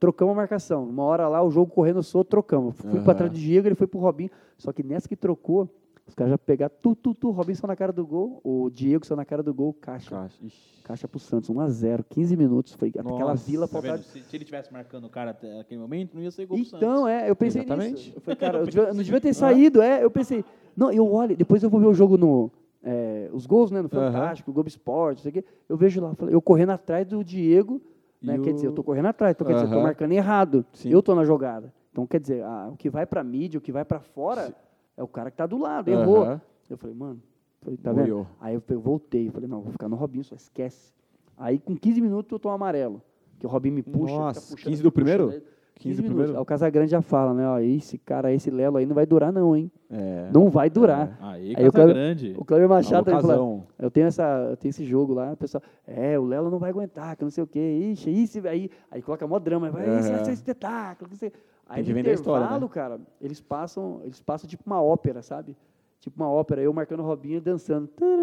Trocamos a marcação. Uma hora lá, o jogo correndo, eu sou, trocamos. Fui Aham. pra trás do Diego, ele foi pro Robinho. Só que nessa que trocou, os caras já pegaram tu, tu, tu. O Robinho só na cara do gol, o Diego só na cara do gol, caixa. Caixa. Ixi. Caixa pro Santos, 1x0, 15 minutos. Foi aquela Nossa, vila Tá faltava. vendo? Se, se ele tivesse marcando o cara até aquele momento, não ia ser gol pro Santos. Então, é, eu pensei Exatamente. Ah. nisso. Eu falei, cara, eu, devia- eu não devia ter saído, é. Eu pensei, não, eu olho, depois eu vou ver o jogo no. é, os gols, né? No Aham. Fantástico, Globo Esporte, não sei o quê. Eu vejo lá, eu falei, eu correndo atrás do Diego, né? E o- Quer dizer, eu tô correndo atrás, então quer dizer, eu tô Aham. marcando errado. Sim. Eu tô na jogada. Então, quer dizer, ah, o que vai pra mídia, o que vai pra fora, é o cara que tá do lado, errou. Aham. Eu falei, mano, falei, tá Boiou. vendo? Aí eu, eu voltei, falei, não, vou ficar no Robinho, só esquece. Aí com 15 minutos eu tô amarelo. Que o Robinho me puxa. Nossa, fica puxando, 15 do fica puxando, primeiro? aí- 15 15 minutos. Ah, primeiro. O Casagrande já fala, né? Ó, esse cara, esse Lelo aí não vai durar, não, hein? É. Não vai durar. Aí, Aí Casa o cara- Grande. O Cleber Machado ele Alô, fala, Casão. eu tenho essa, eu tenho esse jogo lá, o pessoal, é, o Lelo não vai aguentar, que não sei o quê. Ixi, isso aí, aí coloca mó drama, vai, isso vai ser um Aham. espetáculo, que não sei. Aí Tem que no vender a história, né? intervalo, cara, eles passam, eles passam tipo uma ópera, sabe? Tipo uma ópera, eu marcando o Robinho dançando. Taranã,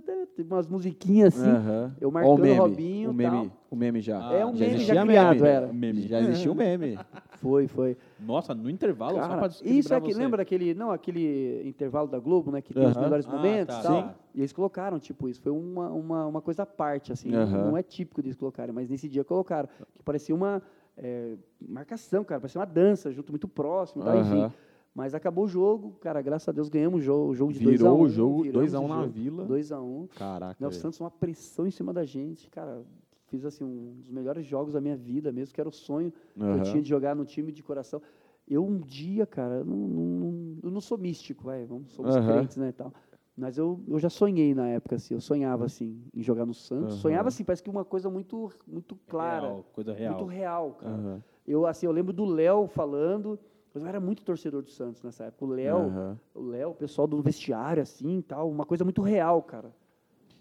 taranã, Tipo umas musiquinhas assim. Aham. eu Ó, marcando o meme, Robinho o e meme, o meme já. Ah, é um já meme existia já meme. criado, era. É. Meme. Já existia um meme. Foi, foi. Nossa, no intervalo, só pra Cara, descobrir isso é que, você. lembra daquele, não, aquele intervalo da Globo, né, que tem os Aham. melhores Ah, momentos tá, e tal? sim. E eles colocaram, tipo, isso foi uma, uma, uma coisa à parte, assim, Aham. não é típico deles colocarem, mas nesse dia colocaram, que parecia uma é, marcação, cara, parecia uma dança, junto muito próximo, e tal, Aham. enfim. Mas acabou o jogo, cara, graças a Deus ganhamos o jogo, o jogo de 2x1. Virou o jogo 2x1 na vila. É. 2x1. Caraca. Nelson velho. um. Santos, uma pressão em cima da gente, cara, fiz, assim, um dos melhores jogos da minha vida mesmo, que era o sonho que eu Aham. tinha de jogar no time de coração. Eu um dia, cara, eu não, não- não- eu não sou místico, vai, vamos, somos Aham. crentes, né, e tal. Mas eu, eu já sonhei na época, assim, eu sonhava, assim, em jogar no Santos. Aham. Sonhava, assim, parece que uma coisa muito, muito clara, Real, coisa muito real. real, cara. Aham. Eu, assim, eu lembro do Léo falando, eu era muito torcedor do Santos nessa época. O Léo, Aham. o Léo, o pessoal do vestiário, assim, e tal, uma coisa muito real, cara.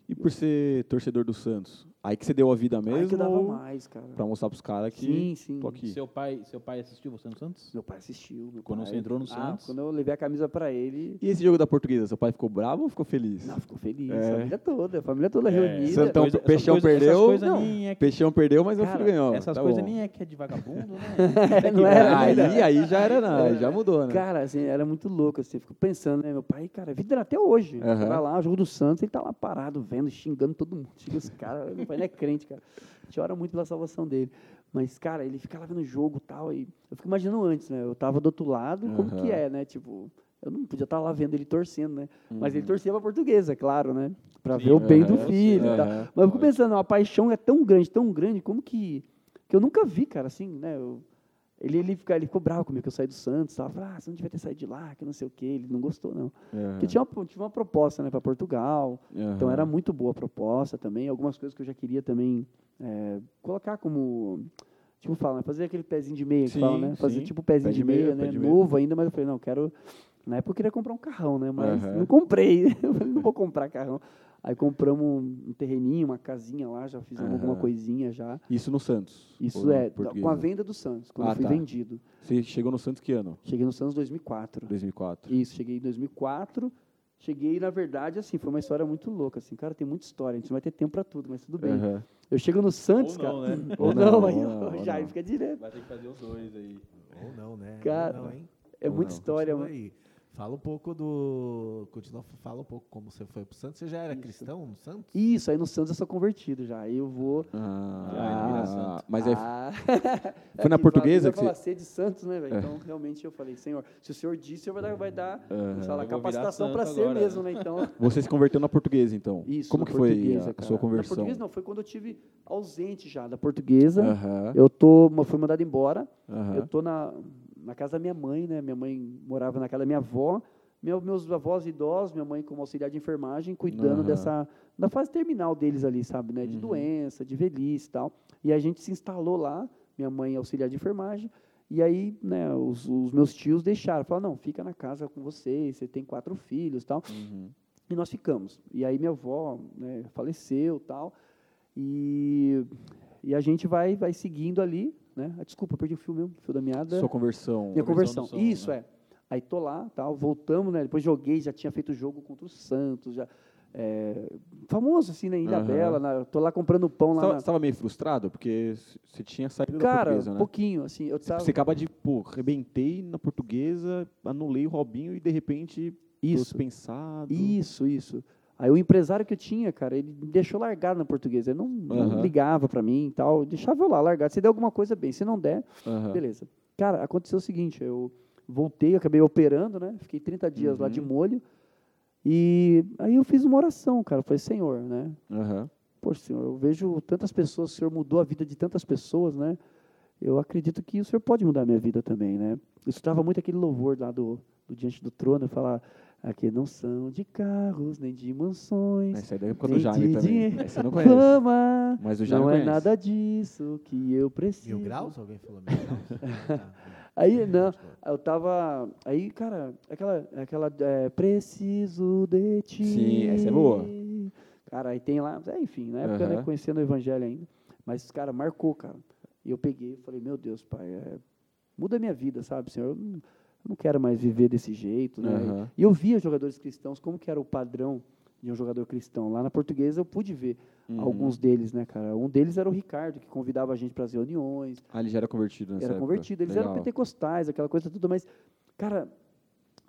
E por ser torcedor do Santos, aí que você deu a vida mesmo? Ai, que eu dava ou mais, cara. Pra um mostrar pros caras que Sim, sim. tô aqui. Seu pai, seu pai assistiu você no Santos? Meu pai assistiu. meu Quando pai- você entrou no Ah, Santos? quando eu levei a camisa pra ele, E esse jogo da portuguesa, seu pai ficou bravo ou ficou feliz? Não, ficou feliz. É. A família toda, a família toda É, reunida. essa Santão, coisa- essa Peixão coisa- essas perdeu. coisas Não. nem é que- Peixão perdeu, mas o Cara, filho ganhou. Essas tá coisas bom. nem é que é de vagabundo, né? <laughs> Não era, aí, né? aí já era, não, aí já mudou, né? Cara, assim, era muito louco, assim, fico pensando, né, meu pai, cara, vida até hoje, Aham. vai lá, o jogo do Santos, ele tá lá parado, vendo, xingando todo mundo, xinga os caras, meu pai não é crente, cara, a gente ora muito pela salvação dele, mas, cara, ele fica lá vendo o jogo e tal, e eu fico imaginando antes, né, eu tava do outro lado, como Aham. que é, né, tipo, eu não podia estar lá vendo ele torcendo, né, mas ele torcia pra portuguesa, claro, né, pra Sim, ver o bem do Uhum. aham, filho tá? e tal, aham. mas eu fico pensando, a paixão é tão grande, tão grande, como que, que eu nunca vi, cara, assim, né, eu, ele, ele, fica, ele ficou bravo comigo, que eu saí do Santos, tal. Falei, ah, você não devia ter saído de lá, que não sei o quê. Ele não gostou, não. Aham, Porque tinha uma, tinha uma proposta né, para Portugal, aham. tipo, então era muito boa a proposta também. Algumas coisas que eu já queria também é, colocar como... Tipo, fala, né, fazer aquele pezinho de meia, que Sim, fala, né? Fazer sim. tipo pezinho Pé de de meia, meia, né? pé de meia. Novo ainda, mas eu falei, não, quero... Na época eu queria comprar um carrão, né? Mas Aham. não comprei. <laughs> Eu falei, não vou comprar carrão. Aí compramos um um terreninho, uma casinha lá, já fizemos alguma Aham. coisinha já. Isso no Santos. Isso ou na é, com Portuguesa? a venda do Santos, quando Ah, eu fui tá. vendido. Você chegou no Santos que ano? Cheguei no Santos em 2004. 2004. Isso, cheguei em 2004. Cheguei, na verdade, assim, foi uma história muito louca, assim. Cara, tem muita história, a gente não vai ter tempo para tudo, mas tudo bem. Aham. Eu chego no <laughs> Santos, Ou não, cara. né? Ou Ou não, não, aí ou não, ou já aí não. fica direto. Vai ter que fazer os dois aí. Ou não, né? Cara, Ou não, hein? É Ou muita não, história, Então, Continua mano. aí. Fala um pouco do. Continua, fala um pouco como você foi pro Santos. Você já era cristão no Santos? Isso, aí no Santos eu sou convertido já. Aí eu vou. Ah, Ah, Vila Santos. mas aí Ah. <laughs> <laughs> foi na que portuguesa fala- que vai falar você. É. ser de Santos, né, velho? Então, realmente, eu falei, senhor, se o senhor disse, o senhor vai dar, vai dar Aham. sei lá, Eu vou virar capacitação para santo ser agora, mesmo, né? <laughs> Então, Você se converteu na portuguesa, então. isso. Como na que foi portuguesa, a cara. sua Na conversão? portuguesa, não, foi quando eu tive ausente já da portuguesa. Aham, Eu tô, fui mandado embora. aham. Eu tô na, na casa da minha mãe, né? Minha mãe morava na casa da minha avó. Meu, meus avós idosos, minha mãe como auxiliar de enfermagem, cuidando Aham. Uhum. dessa da fase terminal deles ali, sabe, né? De doença, de velhice, e tal. E a gente se instalou lá. Minha mãe é auxiliar de enfermagem. E aí, né? Os, os meus tios deixaram, falaram, não, fica na casa com vocês. Você tem quatro filhos, e tal. Uhum. E nós ficamos. E aí minha avó né, faleceu tal. E, e a gente vai, vai seguindo ali. Né? Ah, Desculpa, perdi o fio mesmo, fio da meada. Sua conversão. Minha conversão conversão. do som, Isso né? é. Aí tô lá, tal, voltamos, né? Depois joguei, já tinha feito jogo contra o Santos, já. é, famoso, assim, né? Em Ilha Aham. Bela, na, tô lá comprando pão Você lá. tava- na- você tava meio frustrado? Porque c- você tinha saído da Cara, portuguesa, né? pouquinho, assim. Eu Você- tava, Você acaba de, pô, rebentei na portuguesa, anulei o Robinho e de repente tô isso. dispensado. Isso, isso. Aí o empresário que eu tinha, cara, ele me deixou largado na portuguesa. Ele não, não Aham. ligava pra mim e tal. Deixava eu lá largado. Se der alguma coisa, bem. Se não der, Aham. beleza. Cara, aconteceu o seguinte: eu voltei, eu acabei operando, né? Fiquei 30 dias lá Uhum. de molho. E aí eu fiz uma oração, cara. Eu falei, Senhor, né? Aham. Pô, Senhor, eu vejo tantas pessoas, o Senhor mudou a vida de tantas pessoas, né? Eu acredito que o Senhor pode mudar a minha vida também, né? Eu estava muito aquele louvor lá do, do Diante do Trono, eu falar, Aqui não são de carros, nem de mansões. Essa é da época nem do Jaime de também. dinheiro, <laughs> Essa eu não conheço. Fama, Mas o Jaime não é conhece. nada disso que eu preciso. Mil graus? Alguém falou mil <laughs> graus? Tá. Aí, não, eu tava. Aí, cara, aquela. aquela é, preciso de ti. Sim, essa é boa. Cara, aí tem lá. é, enfim, na época, né, Aham. conhecendo o evangelho ainda. Mas, cara, marcou, cara. E eu peguei e falei, meu Deus, pai, é, muda a minha vida, sabe, senhor? Eu não, eu não quero mais viver desse jeito, né? Aham. E eu via jogadores cristãos, como que era o padrão de um jogador cristão. Lá na portuguesa eu pude ver Uhum. alguns deles, né, cara? Um deles era o Ricardo, que convidava a gente para as reuniões Ah, ele já era convertido nessa era época. convertido. Eles eram Legal. pentecostais, aquela coisa tudo, mas, cara,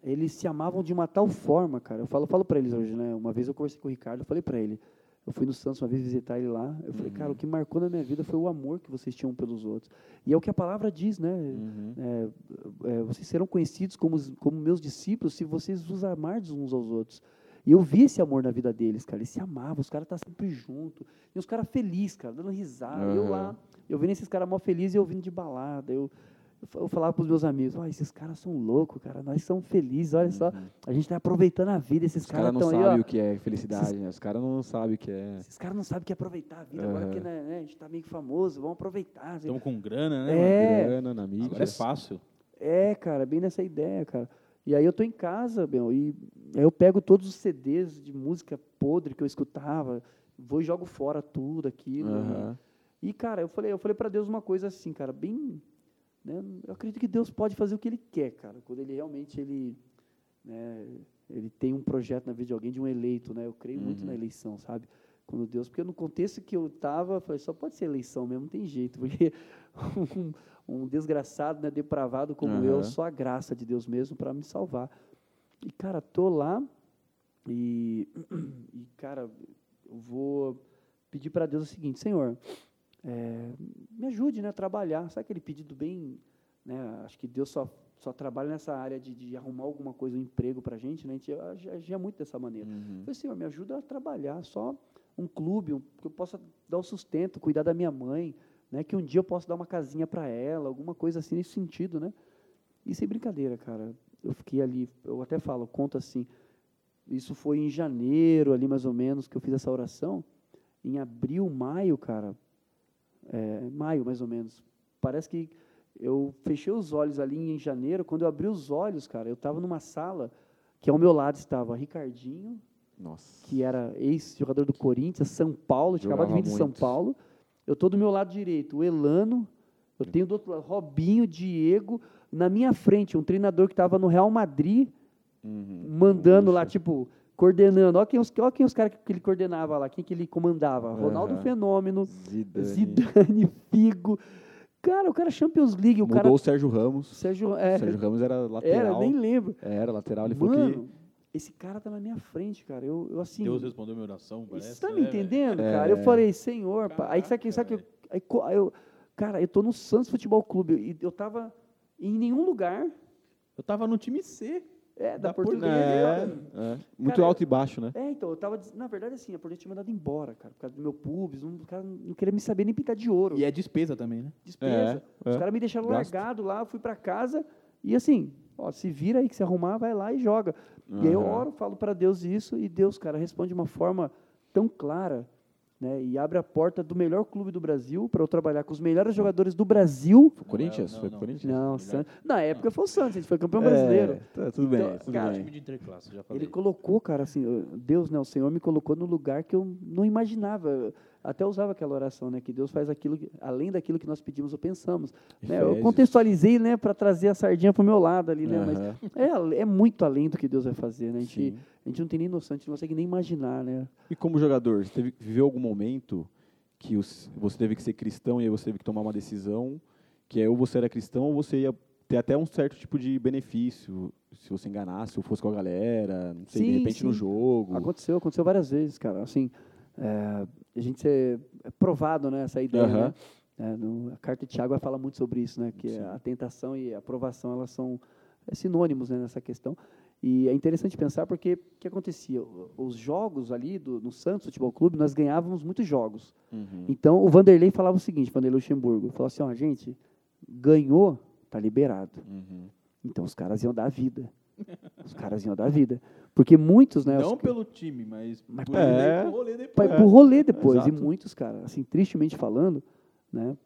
eles se amavam de uma tal forma, cara. Eu falo, falo para eles hoje, né? Uma vez eu conversei com o Ricardo, eu falei para ele. Eu fui no Santos uma vez visitar ele lá. Eu Uhum. falei, cara, o que marcou na minha vida foi o amor que vocês tinham pelos outros. E é o que a palavra diz, né? Uhum. É, é, vocês serão conhecidos como, os- como meus discípulos se vocês os amardes uns aos outros. E eu vi esse amor na vida deles, cara. Eles se amavam, os caras estavam sempre junto. E os caras felizes, cara, dando risada. Eu Aham. lá, eu vendo esses caras mó felizes e eu vindo de balada. Eu, eu fa- eu falava para os meus amigos, ó, esses caras são loucos, cara. Nós somos felizes, olha só. A gente está aproveitando a vida. Esses Uhum. Os caras caras não estão aí, sabem então, ó. o que é felicidade, né? Os caras não sabem o que é. Esses caras não sabem o que é aproveitar a vida. Agora Aham. que né, né, a gente está meio que famoso, vamos aproveitar. assim. Estamos com grana, né? mano? É. Grana na mídia. Agora é fácil. É, cara, bem nessa ideia, cara. E aí eu tô em casa, meu, e aí eu pego todos os CDs de música podre que eu escutava, vou e jogo fora tudo aquilo. Aham. E cara, eu falei, eu falei para Deus uma coisa assim, cara, bem, né, eu acredito que Deus pode fazer o que ele quer, cara, quando ele realmente ele, né, ele tem um projeto na vida de alguém, de um eleito, né? Eu creio muito na eleição, sabe? Quando Deus, porque no contexto que eu tava, eu falei, só pode ser eleição mesmo, não tem jeito, <laughs> porque um, um desgraçado, né, depravado como eu, Aham. só a graça de Deus mesmo para me salvar. E cara, tô lá e, <clears throat> e cara, eu vou pedir para Deus o seguinte, Senhor, é, me ajude, né, a trabalhar. Sabe aquele pedido bem, né? Acho que Deus só só trabalha nessa área de, de arrumar alguma coisa, um emprego para gente, né? A gente ag- agia muito dessa maneira. Eu Uhum. falei, Senhor, me ajuda a trabalhar, só um clube, um, que eu possa dar o sustento, cuidar da minha mãe, né? Que um dia eu possa dar uma casinha para ela, alguma coisa assim nesse sentido, né? E sem brincadeira, cara, eu fiquei ali, eu até falo, conto assim, isso foi em janeiro ali mais ou menos que eu fiz essa oração, em abril, maio, cara, é, maio mais ou menos, parece que eu fechei os olhos ali em janeiro, quando eu abri os olhos, cara, eu estava numa sala que ao meu lado estava Ricardinho, Nossa. que é era ex-jogador do Corinthians, São Paulo, tinha acabado de vir de Jogava São muito. Paulo. Eu tô do meu lado direito, o Elano, eu tenho do outro lado Robinho, Diego, na minha frente um treinador que estava no Real Madrid, Uhum. mandando lá, Puxa. tipo, coordenando. Olha quem os, olha quem os caras que, que ele coordenava lá, quem que ele comandava. Ronaldo Aham. Fenômeno, Zidane. Zidane, Figo. Cara, o cara é Champions League, o Mudou cara... o Sérgio Ramos. Sérgio, é, Sérgio Ramos era lateral. era, nem lembro. Era lateral. Ele falou Mano, que... esse cara tá na minha frente, cara. Eu, eu assim... Deus respondeu minha oração, parece. Você está me né, velho? entendendo, É. cara? Eu falei, senhor, pá. aí sabe, Caraca, que- sabe que eu, aí, co- aí eu- cara, eu tô no Santos Futebol Clube e eu tava em nenhum lugar Eu tava no time C. é, da, Da Portuguesa. É, é. Muito Cara, alto e baixo, né? É, então, eu tava, des- na verdade, assim, a Portuguesa tinha mandado embora, cara, por causa do meu pubis, não, um, o cara não queria me saber nem pintar de ouro, E é despesa também, né? despesa. É, Os é. caras me deixaram Gasto. largado lá, eu fui pra casa e assim, ó, se vira aí que se arrumar, vai lá e joga. E aí eu Aham. oro, falo para Deus isso, e Deus, cara, responde de uma forma tão clara, né? E abre a porta do melhor clube do Brasil para eu trabalhar com os melhores jogadores do Brasil. Foi Corinthians? Não, foi não. Corinthians? Não, Melhor. San- na época foi o Santos, a gente foi campeão né? É, brasileiro. tá, tudo bem, Então, tudo cara, bem. Time de interclasse, já falei. Ele colocou, cara, assim, eu- Deus, né, o Senhor me colocou no lugar que eu não imaginava. Eu Até usava aquela oração, né, que Deus faz aquilo, que- além daquilo que nós pedimos ou pensamos. Né? Eu Efésios. contextualizei, né, para trazer a sardinha pro meu lado ali, né, mas Aham. é, ale- é muito além do que Deus vai fazer, né? A gente, Sim. a gente não tem nem noção, a gente não consegue nem imaginar, né? E como jogador, você teve, viveu algum momento que os- você teve que ser cristão e aí você teve que tomar uma decisão que é ou você era cristão ou você ia ter até um certo tipo de benefício se você enganasse ou fosse com a galera, não sei, de Sim, repente no sim. jogo. Aconteceu, aconteceu várias vezes, cara. Assim, é, a gente ser é provado, né? Essa ideia, Aham. né? É, no, a carta de Tiago vai falar muito sobre isso, né? Que Sim. a tentação e a provação, elas são é, sinônimos né, nessa questão. E é interessante pensar porque o que acontecia? O- Os jogos ali do, no Santos Futebol Clube, nós ganhávamos muitos jogos. Uhum. Então, o Vanderlei falava o seguinte, Vanderlei Luxemburgo, falou assim, ó, gente, ganhou, tá liberado. Uhum. Então os caras iam dar a vida. Os caras iam dar a vida. Porque muitos, né? Não os- pelo time, mas, Mas por é. pro rolê depois. Pra, pro rolê depois. exato. E muitos, cara, assim, tristemente falando, né?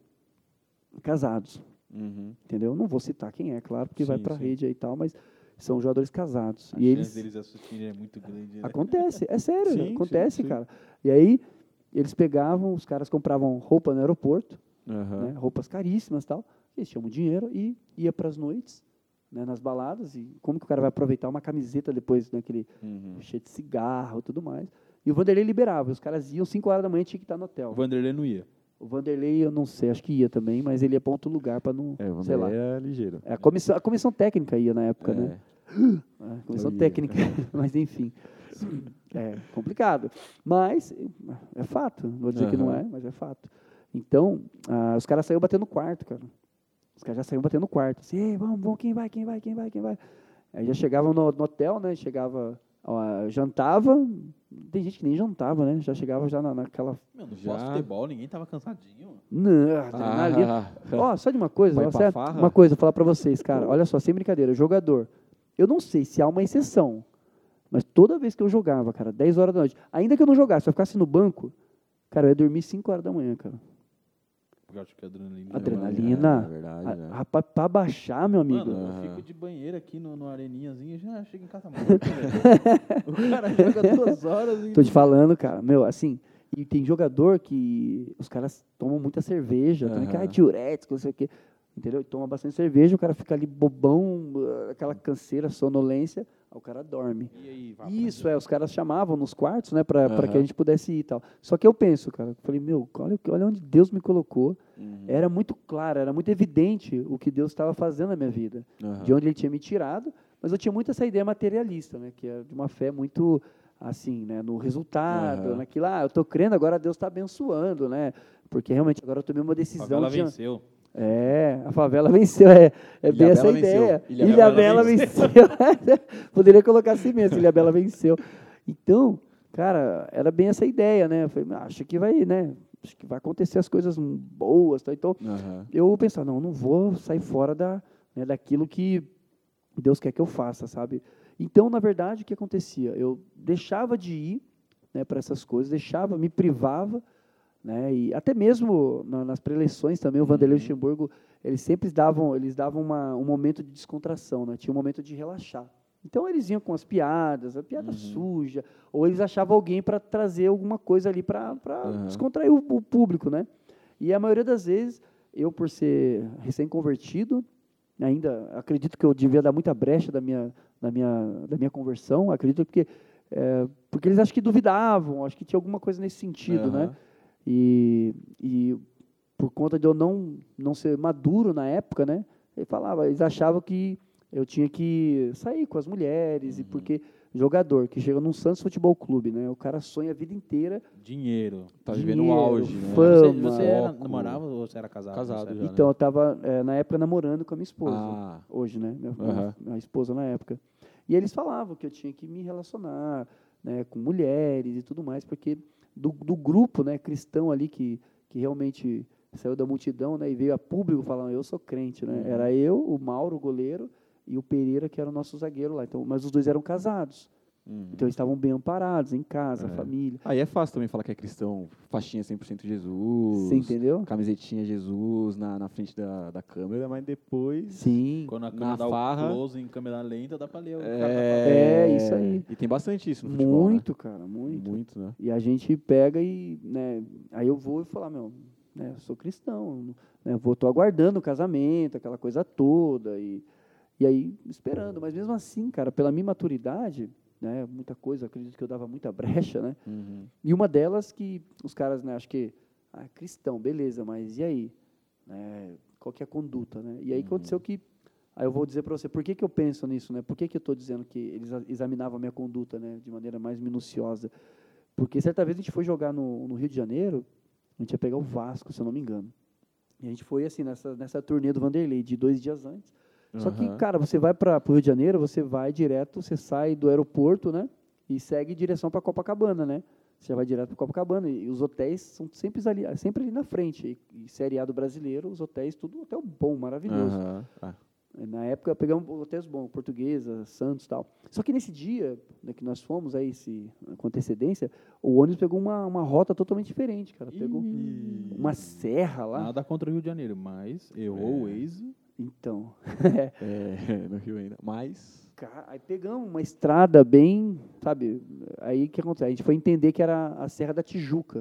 Casados, Uhum. entendeu? Não vou citar quem é, claro, porque vai Sim, pra sim. rede aí e tal, mas são jogadores casados. A e chance eles. deles assistirem é muito grande. Né? Acontece, <laughs> é sério, Sim, né? sim, acontece, sim. cara. E aí, eles pegavam, os caras compravam roupa no aeroporto, Aham. né, roupas caríssimas e tal. Eles tinham dinheiro e ia para as noites, né, nas baladas. E como que o cara vai aproveitar uma camiseta depois, né, aquele Uhum. cheio de cigarro e tudo mais. E o Vanderlei liberava. e Os caras iam 5 horas da manhã tinha que estar no O hotel. Vanderlei não ia. O Vanderlei, eu não sei, acho que ia também, mas ele ia para outro lugar para não, É, o sei lá. é ligeiro. É, A comissão, a comissão técnica ia na época, né? É. É, comissão Eu ia. técnica, <laughs> mas enfim. É complicado. Mas é fato. Não vou dizer que não Aham. é, mas é fato. Então, ah, os caras saíram batendo quarto, cara. Os caras já saíram batendo quarto. Assim, "Ei, vamos, vamos, quem vai, quem vai, quem vai, quem vai. Aí já chegavam no, no hotel, né? Chegava, ó, jantava. Tem gente que nem jantava, né? Já chegava já na, naquela. Meu, no Já. pós-futebol ninguém tava cansadinho. Não, adrenalina. Ah, Ó, só de uma coisa, Vai ó, pra certo? farra? uma coisa, falar pra vocês, cara. Olha só, sem brincadeira, jogador. Eu não sei se há uma exceção, mas toda vez que eu jogava, cara, 10 horas da noite, ainda que eu não jogasse, se eu ficasse no banco, cara, eu ia dormir 5 horas da manhã, cara. Porque eu acho que a adrenalina. né? Adrenalina. É verdade, A- né? <laughs> Rapaz, pra baixar, meu amigo. Mano, eu Aham. fico de banheiro aqui no, no areninhazinho e já chego em <laughs> casa morto. velho. o cara joga duas horas e. Tô te falando, cara. Meu, assim, e tem jogador que os caras tomam muita cerveja, também que Aham. é diurético, não sei o quê. Entendeu? E Toma bastante cerveja, o cara fica ali bobão, aquela canseira, sonolência, aí o cara dorme. E aí, vá pra Isso, é, os caras chamavam nos quartos, né, pra, pra que a Aham. gente pudesse ir e tal. Só que eu penso, cara, eu falei, meu, olha, o que- olha onde Deus me colocou. Uhum. Era muito claro, era muito evidente o que Deus estava fazendo na minha vida, Aham. de onde Ele tinha me tirado, mas eu tinha muito essa ideia materialista, né, que é de uma fé muito, assim, né, no resultado, Aham. naquilo, ah, eu tô crendo, agora Deus está abençoando, né, porque realmente agora eu tomei uma A decisão Vela de... venceu. É, a favela <laughs> venceu, é, é bem Ilhabela essa venceu. ideia. Ilhabela Ilha Bela venceu. <laughs> Poderia colocar assim mesmo, Ilha Bela venceu. Então, cara, era bem essa ideia, né? Eu falei, "Ah, acho que vai, né? Acho que vai acontecer as coisas boas, tá? Então, Aham. eu pensava, não, não vou sair fora da, né, daquilo que Deus quer que eu faça, sabe? Então, na verdade, o que acontecia? Eu deixava de ir né, para essas coisas, deixava, me privava, né, e até mesmo na, nas preleções também, o Vanderlei Luxemburgo, eles sempre davam, eles davam uma, um momento de descontração, né, tinha um momento de relaxar. Então, eles iam com as piadas, a piada suja, ou eles achavam alguém para trazer alguma coisa ali para Aham. descontrair o, o público, né? E a maioria das vezes, eu por ser recém-convertido, ainda acredito que eu devia dar muita brecha da minha da minha da minha conversão, acredito porque é, porque eles acho que duvidavam, acho que tinha alguma coisa nesse sentido, né? Aham. E, e por conta de eu não não ser maduro na época, né? Ele falava, eles achavam que eu tinha que sair com as mulheres Uhum. e porque jogador que chega num Santos Futebol Clube, né? O cara sonha a vida inteira Dinheiro. Tá vivendo um Dinheiro, auge, né? fama, Você, você era Foco. namorava ou você era casado? Casado Você era- já. né? Então, eu estava, na época, namorando com a minha esposa. Ah. Hoje, né? Minha, Aham. minha esposa na época. E eles falavam que eu tinha que me relacionar né, com mulheres e tudo mais, porque do, do grupo né, cristão ali que, que realmente saiu da multidão né, e veio a público falando, eu sou crente, Uhum. né? Era eu, o Mauro, o goleiro, e o Pereira, que era o nosso zagueiro lá. Então, mas os dois eram casados. Uhum. Então, eles estavam bem amparados, em casa, É. família. Aí é fácil também falar que é cristão. Faixinha 100% Jesus. Você entendeu? Camisetinha Jesus na, na frente da, da câmera, mas depois... Sim. Quando a Na câmera dá farra. o close em câmera lenta, dá pra ler. o que o cara tá falando. É, É, isso aí. E tem bastante isso no futebol, né? Muito, cara, muito. Muito, né? E a gente pega e, né, aí eu vou e falar, meu, né, eu sou cristão, né, vou, tô aguardando o casamento, aquela coisa toda, e, e aí esperando. Mas mesmo assim, cara, pela minha maturidade, né, muita coisa, acredito que eu dava muita brecha, né, Uhum. e uma delas que os caras, né, acho que, ah, cristão, beleza, mas e aí? Né, qual que é a conduta, né? E aí aconteceu que, aí eu vou dizer para você, por que que eu penso nisso, né? Por que que eu estou dizendo que eles a- examinavam a minha conduta, né, de maneira mais minuciosa? Porque certa vez a gente foi jogar no, no Rio de Janeiro, a gente ia pegar o Vasco, se eu não me engano. E a gente foi, assim, nessa, nessa turnê do Vanderlei, de dois dias antes. Só que, Aham. cara, você vai para o Rio de Janeiro, você vai direto, você sai do aeroporto, né? E segue em direção para Copacabana, né? Você já vai direto para Copacabana. E os hotéis são sempre ali, sempre ali na frente. E, e Série A do brasileiro, os hotéis, tudo hotel bom, um maravilhoso. Aham. Ah. Na época pegamos hotéis bons, Portuguesa, Santos tal. Só que nesse dia né, que nós fomos aí esse, com antecedência, o ônibus pegou uma, uma rota totalmente diferente, cara. Pegou uma serra lá. Nada contra o Rio de Janeiro, mas errou o É. Waze. Então, É, <laughs> no Rio ainda. Mas. ca- aí pegamos uma estrada bem, sabe? Aí o que aconteceu? A gente foi entender que era a Serra da Tijuca.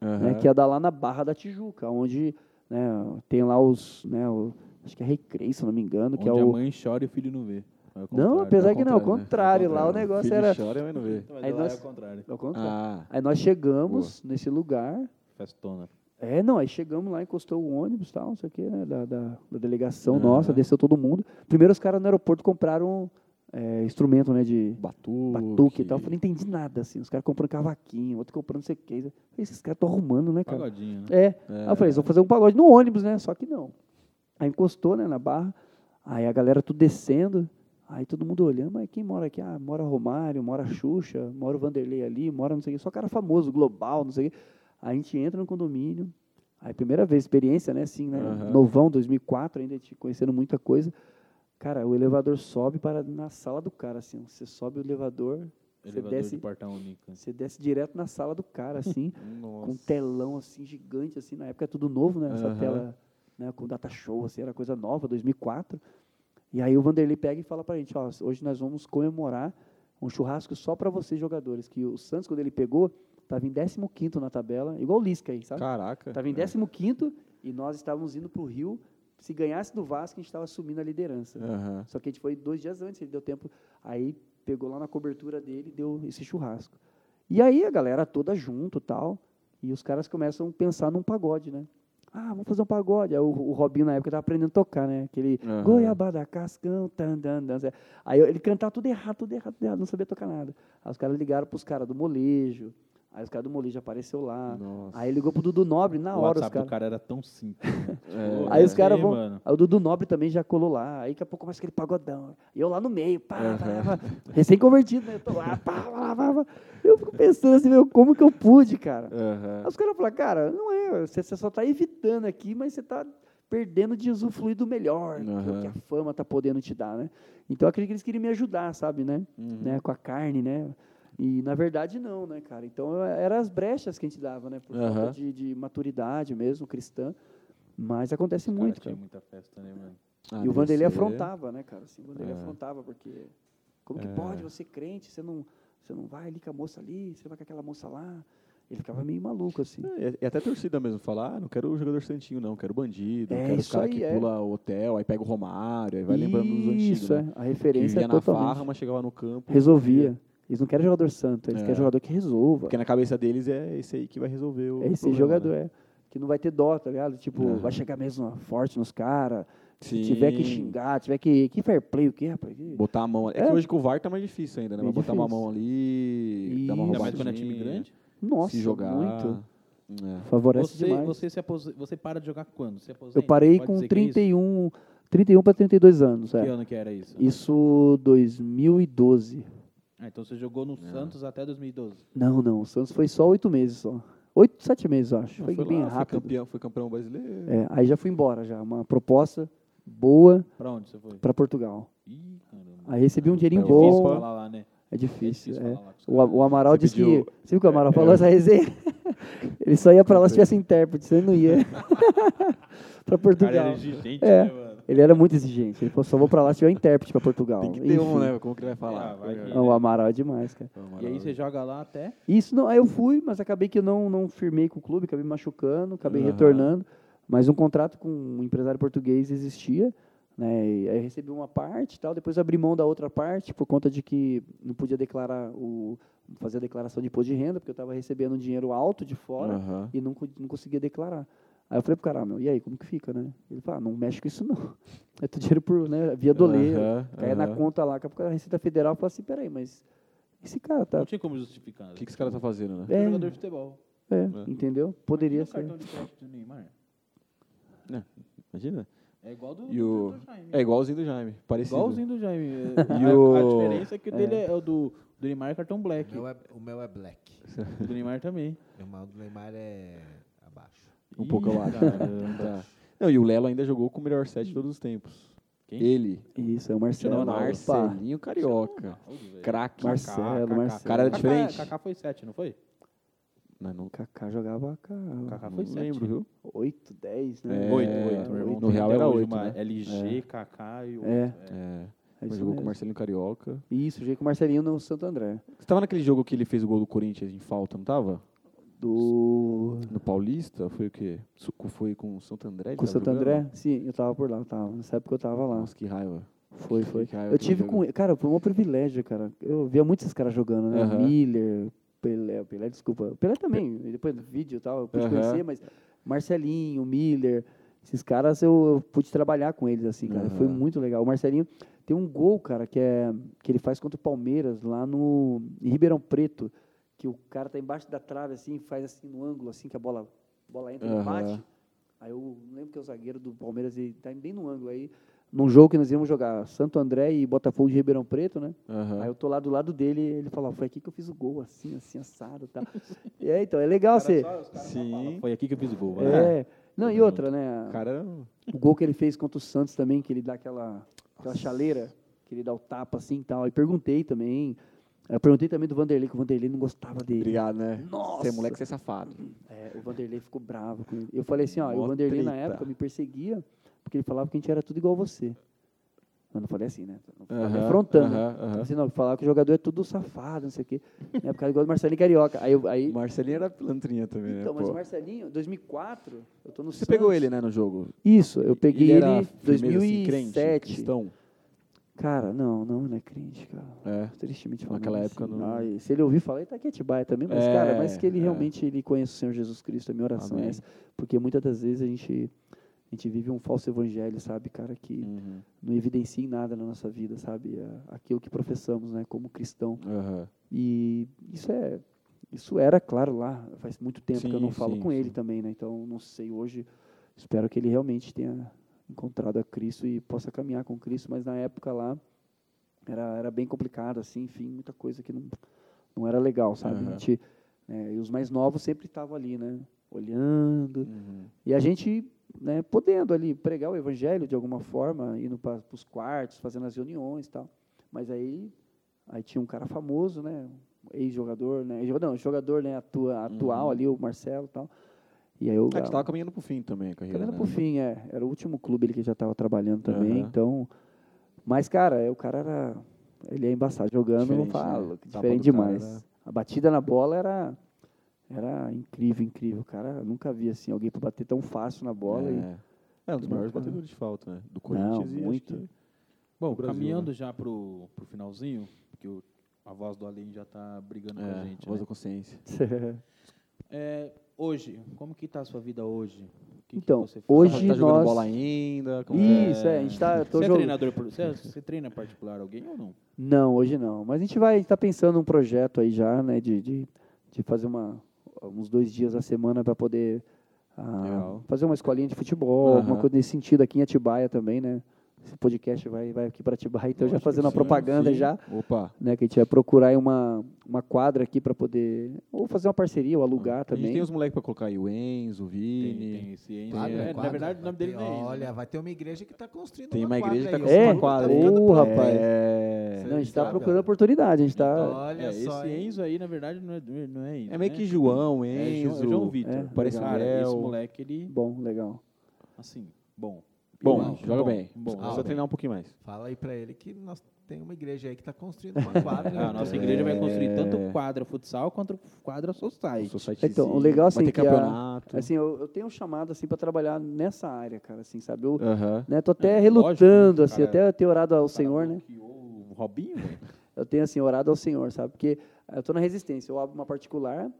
né, aham. que ia dar lá na Barra da Tijuca, onde né, tem lá os, né, o- acho que é Recreio, se eu não me engano, que Onde é a o... mãe chora e o filho não vê. É o Não, contrário. apesar É o que não, ao contrário, né? contrário, lá o contrário. negócio Filho era... chora, mas não vê. Mas Aí lá nós- é o contrário. ao contrário. Ah, Aí nós chegamos nesse lugar, Festona. é, não, aí chegamos lá, encostou o ônibus, tal, não sei o que, né, da, da, da delegação Aham. nossa, desceu todo mundo. Primeiro os caras no aeroporto compraram é, instrumento, né, de batuque. batuque e tal, eu falei, não entendi nada, assim, os caras comprando cavaquinho, outro comprando não sei o que, Eu falei, esses caras estão arrumando, né, cara? Pagodinho, né? É. É. Aí eu falei, eles vão fazer um pagode no ônibus, né? Só que não. Aí encostou, né, na barra. Aí a galera tudo descendo. Aí todo mundo olhando, mas quem mora aqui? Ah, mora Romário, mora Xuxa, mora o Vanderlei ali, mora não sei o quê. Só cara famoso, global, não sei o quê. Aí a gente entra no condomínio. Aí primeira vez, experiência, né, assim, né? Aham. Novão, 2004, ainda te conhecendo muita coisa. Cara, o elevador sobe para na sala do cara, assim. ó. Você sobe o elevador, você Elevador desce, de portão único. você desce direto na sala do cara, assim com um Nossa. telão assim gigante assim na época era tudo novo né essa Aham. tela né com data show assim era coisa nova 2004 e aí o Vanderlei pega e fala pra gente ó hoje nós vamos comemorar um churrasco só pra vocês jogadores que o Santos quando ele pegou tava em 15 quinto na tabela igual o Lisca aí sabe Caraca. tava em 15 quinto e nós estávamos indo pro Rio se ganhasse do Vasco a gente estava assumindo a liderança Aham. só que a gente foi dois dias antes, ele deu tempo. Aí pegou lá na cobertura dele e deu esse churrasco. E aí a galera toda junto tal. E os caras começam a pensar num pagode, né? Ah, vamos fazer um pagode. Aí o, o Robinho, na época, estava aprendendo a tocar, né? Aquele Aham. goiabá da cascão, tan, dan, dan. Aí ele cantava tudo errado, tudo errado, tudo errado, não sabia tocar nada. Aí os caras ligaram para os caras do molejo. Aí os caras do molejo apareceu lá. Nossa. Aí ligou pro Dudu Nobre na O hora, os WhatsApp caras. do cara era tão <laughs> simples. né? É. Pô, Aí os né? caras Ei, vão. mano. Aí o Dudu Nobre também já colou lá. Aí daqui a pouco começa aquele pagodão. E eu lá no meio, pá, Aham. pá, pá. recém-convertido, né? Eu tô lá, pá, pá, pá, pá. Eu fico pensando assim, meu, como que eu pude, cara? Aí Aham. os caras falam, cara, não é, você, você só tá evitando aqui, mas você tá perdendo de usufruir do melhor, que- Aham. que a fama tá podendo te dar, né? Então eu acredito que eles queriam me ajudar, sabe, né? Uhum. né? Com a carne, né? E na verdade não, né, cara? Então eu- eram as brechas que a gente dava, né? Por Aham. falta de, de maturidade mesmo, cristã. Mas acontece Os muito, caras tinham cara. muita festa, né, mano? Ah, e o deve Vanderlei ser. afrontava, né, cara? Assim, o Vanderlei É. afrontava, porque como que É. pode você crente, você não, você não vai ali com a moça ali, você vai com aquela moça lá. Ele ficava meio maluco, assim. É, E até a torcida mesmo falar, ah, não quero o jogador santinho, não, quero bandido, É, quero o isso cara aí, que é. pula o hotel, aí pega o Romário, aí vai lembrando dos antigos. Isso, né? é. A Que referência ia é na totalmente. farra, mas chegava no campo. resolvia. Eles não querem jogador santo, eles É. querem jogador que resolva. Porque na cabeça deles é esse aí que vai resolver o. É esse problema, jogador, né? é. Que não vai ter dó, tá ligado? Tipo, Aham. vai chegar mesmo forte nos caras. Se Sim. tiver que xingar, tiver que. Que fair play, o que, rapaz? Que- Botar a mão. É, É. que hoje com o VAR tá mais difícil ainda, né? Bem Mas botar uma difícil. mão ali, dar uma Isso. Ainda roubada. mais quando é time grande. Nossa, se jogar. muito. É. Favorece Você, demais. você, se apose... você para de jogar quando? Você aposenta? Eu parei Pode com dizer que é isso? 31, 31 para 32 anos. Que É. ano que era isso? Isso 2012. Ah, então você jogou É. no Santos até 2012. Não, não. O Santos foi só oito meses só. Oito, sete meses, eu acho. Não, foi, foi bem lá, foi rápido. campeão, foi campeão brasileiro. É, aí já fui embora já. Uma proposta boa Pra onde você foi? para Portugal. Ih, caramba. Aí recebi um dinheirinho É Difícil bom. falar lá, né? É difícil. Difícil é. falar lá com os O, A- o Amaral Você disse pediu- que. Você viu que o Amaral é, falou é. essa resenha? <laughs> Ele só ia pra lá se tivesse intérprete, senão ele não ia. pra Portugal. exigente, É. né, mano? Ele era muito exigente. Ele falou: só vou pra lá se tiver intérprete pra Portugal. Tem que ter um, Enfim. né? Como que ele vai falar? Ah, vai que- Não, O Amaral é demais, cara. E aí você joga lá até. Isso não, aí eu fui, mas acabei que eu não, não firmei com o clube, acabei me machucando, acabei Aham. retornando. Mas um contrato com um empresário português existia, né? E aí eu recebi uma parte e tal, depois abri mão da outra parte por conta de que não podia declarar o fazer a declaração de imposto de renda, porque eu estava recebendo um dinheiro alto de fora Aham. e não, co- não conseguia declarar. Aí eu falei pro cara, "Ah, meu, e aí, como que fica, né? Ele falou, ah, não mexe com isso não. <laughs> É teu dinheiro por, né, via doleiro. Aham, Caia na aham. conta lá, daqui a pouco a Receita Federal fala assim, peraí, mas esse cara tá Não tinha como justificar. O que, que esse cara tá fazendo, né? É. Jogador de futebol. É, né? entendeu? Poderia Imagina ser. O cartão de crédito do Neymar. Imagina. É igual do, E o- do Jaime. É igualzinho do Jaime, parecido. Igualzinho do Jaime. É, E a, a o- diferença é que o dele é, é o do, do Neymar é cartão O black. meu é, o meu é black. Do Neymar também. O irmão do Neymar é abaixo. Um pouco Ih, abaixo. caramba. <laughs> É. Tá. Não, e o Lelo ainda jogou com o melhor set de todos os tempos. Quem? Ele. Isso, é o Marcelo. Opa, Marcelinho Carioca. Craque. Marcelo, Ah, Kaká, é Marcelo. é Cara de- Diferente. Diferente. Kaká foi 7, não foi? Mas não Kaká jogava Kaká. Kaká não foi 7. lembro, viu? 8, 10, né? É, Oito, oito. Meu irmão no tem Real até era hoje oito, uma né? LG, KK e o É. outro. É. É Mas isso jogou com mesmo. o Marcelinho Carioca. Isso, joguei com o Marcelinho no Santo André. Você tava naquele jogo que ele fez o gol do Corinthians em falta, não tava? Do. No Paulista? Foi o quê? Su- Foi com o Santo André? ele Com o tava Santo jogando? André? Sim, eu tava por lá, eu tava. Nessa época eu tava lá. Nossa, que raiva. Foi, foi. que raiva Eu que tive eu com. Cara, foi um privilégio, cara. Eu via muitos esses caras jogando, né? Aham. Miller, Pelé, Pelé, desculpa. Pelé também, e depois do vídeo e tal, eu pude Aham. conhecer, mas Marcelinho, Miller, esses caras eu, eu pude trabalhar com eles, assim, cara. Foi Aham. muito legal. O Marcelinho tem um gol, cara, que, é, que ele faz contra o Palmeiras lá no. em Ribeirão Preto, que o cara tá embaixo da trave, assim, faz assim no ângulo, assim, que a bola, bola entra e Aham. bate. Aí eu lembro que é o zagueiro do Palmeiras, ele tá bem no ângulo aí. Num jogo que nós íamos jogar Santo André e Botafogo de Ribeirão Preto, né? Aham. Aí eu tô lá do lado dele ele falou, foi aqui que eu fiz o gol, assim, assim, assado <laughs> e tal. e aí, então, é legal você... Sim. Foi aqui que eu fiz o gol. né? É. Não, e outra, né? Caramba. O gol que ele fez contra o Santos também, que ele dá aquela, aquela chaleira, que ele dá o tapa assim e tal. E perguntei também, eu perguntei também do Vanderlei, que o Vanderlei não gostava dele. Obrigado, né? Nossa! Você é moleque, você é safado. É, o Vanderlei ficou bravo com ele. Eu falei assim, ó, e o Mó Vanderlei na treta. época me perseguia porque ele falava que a gente era tudo igual você. Mas não falei assim, né? Não falei Aham, afrontando. né? aham, Falei aham. assim, não, falava que o jogador é tudo safado, não sei o quê. Na época era igual do Marcelinho Carioca. Aí, eu- aí Marcelinho era pilantrinha também, então, né? mas pô? o Marcelinho, 2004, eu tô no Você Santos. pegou ele, né, no jogo? Isso, eu peguei ele era em firmeza, assim, crente, 2007. cristão. cara, não, não, não é crente, cara. É. Tristemente falando. Naquela época assim. não- Ai, se ele ouvir falar, ele tá aqui Atibaia também, mas, É, cara, mas que ele é. realmente ele conheça o Senhor Jesus Cristo, a minha oração Amém. é essa. Porque muitas das vezes a gente, a gente vive um falso evangelho, sabe, cara, que Uhum. não evidencia em nada na nossa vida, sabe? a- Aquilo que professamos, né, como cristão. Aham. E isso é. Isso era, claro, lá. Faz muito tempo que eu não Sim, falo sim, com ele sim. também, né? Então, não sei hoje. Espero que ele realmente tenha encontrado a Cristo e possa caminhar com Cristo, mas na época lá era, era bem complicado, assim, enfim, muita coisa que não, não era legal, sabe? A Aham. gente, né, e os mais novos sempre estavam ali, né? Olhando. Uhum. E a gente, né, podendo ali pregar o evangelho de alguma forma, indo para os quartos, fazendo as reuniões e tal. Mas aí, aí tinha um cara famoso, né, ex-jogador, né, ex-jogador, não, jogador, né, atua, atual ali, o Marcelo e tal. E aí eu É Ah, que tá tava caminhando pro fim também a carreira, Caminhando né? pro fim, é. Era o último clube ele que já estava trabalhando também, Aham. então... Mas, cara, é, o cara era... Ele é embaçado jogando, eu não Diferente, falo. né? Tapa Diferente do cara demais. era- A batida na bola era... Era incrível, incrível. Cara, eu nunca vi, assim, alguém para bater tão fácil na bola. e- É. É um dos maiores Bacana. batedores de falta, né? Do Corinthians e acho tá. muito. que- Bom, do Brasil, né? caminhando já pro, pro finalzinho, porque o- a voz do Além já tá brigando com a É, gente. voz né? da consciência. <laughs> É, hoje, como que tá a sua vida hoje? O que que Então, você faz? Tá hoje- jogando nós- bola ainda. como é? Isso, é, a gente tá... eu Tô Você é jogando... treinador, pro- você, é- você treina particular alguém ou não? Não, hoje não. Mas a gente vai estar pensando um projeto aí já, né? De, de, de fazer uma, uns dois dias a semana para poder ah, Legal. fazer uma escolinha de futebol, alguma Aham. coisa nesse sentido aqui em Atibaia também, né? Esse podcast vai, vai aqui para Atibaia, então já Lógico que fazendo a sim, propaganda sim. já, Opa. né? Que a gente vai procurar aí uma, uma quadra aqui para poder ou fazer uma parceria ou alugar A gente também. tem os moleques pra colocar aí, o Enzo, o Tem, Vini. tem esse Enzo. Quadra, é, na quadra, verdade, o vai nome dele ter- não é Enzo. Olha, vai ter uma igreja que está construindo Tem uma, uma igreja que tá quadra construindo aí, é, uma quadra. Tá ficando ô, pronto. rapaz. É... Então, Não, a gente está Sabe, ó. procurando oportunidade, a gente tá está... Olha É, só, esse hein? Enzo aí, na verdade, não é, não é Enzo. Tá. é meio né? que João, É, Enzo. João, é João Vitor. É, parece cara, Mel. esse moleque, ele, Bom, legal. assim, bom. é Bom, Bom, joga bom, bem. bom. Precisa Ah, treinar um pouquinho mais. Fala aí pra ele que nós tem uma igreja aí que está construindo uma <laughs> quadra. né? Ah, a nossa igreja vai construir tanto quadra futsal quanto quadra society. Sou sitezinho, Então, o legal, assim, vai ter que a- campeonato. Assim, eu, eu tenho um chamado assim, para trabalhar nessa área, cara, assim, sabe? Eu, Aham. né? Tô até É, lógico, relutando, assim, cara. até eu tenho orado O ao cara Senhor, né? bloqueou O Robinho, velho. Eu tenho, assim, orado ao Senhor, sabe? Porque eu tô na resistência, ou abro uma particular,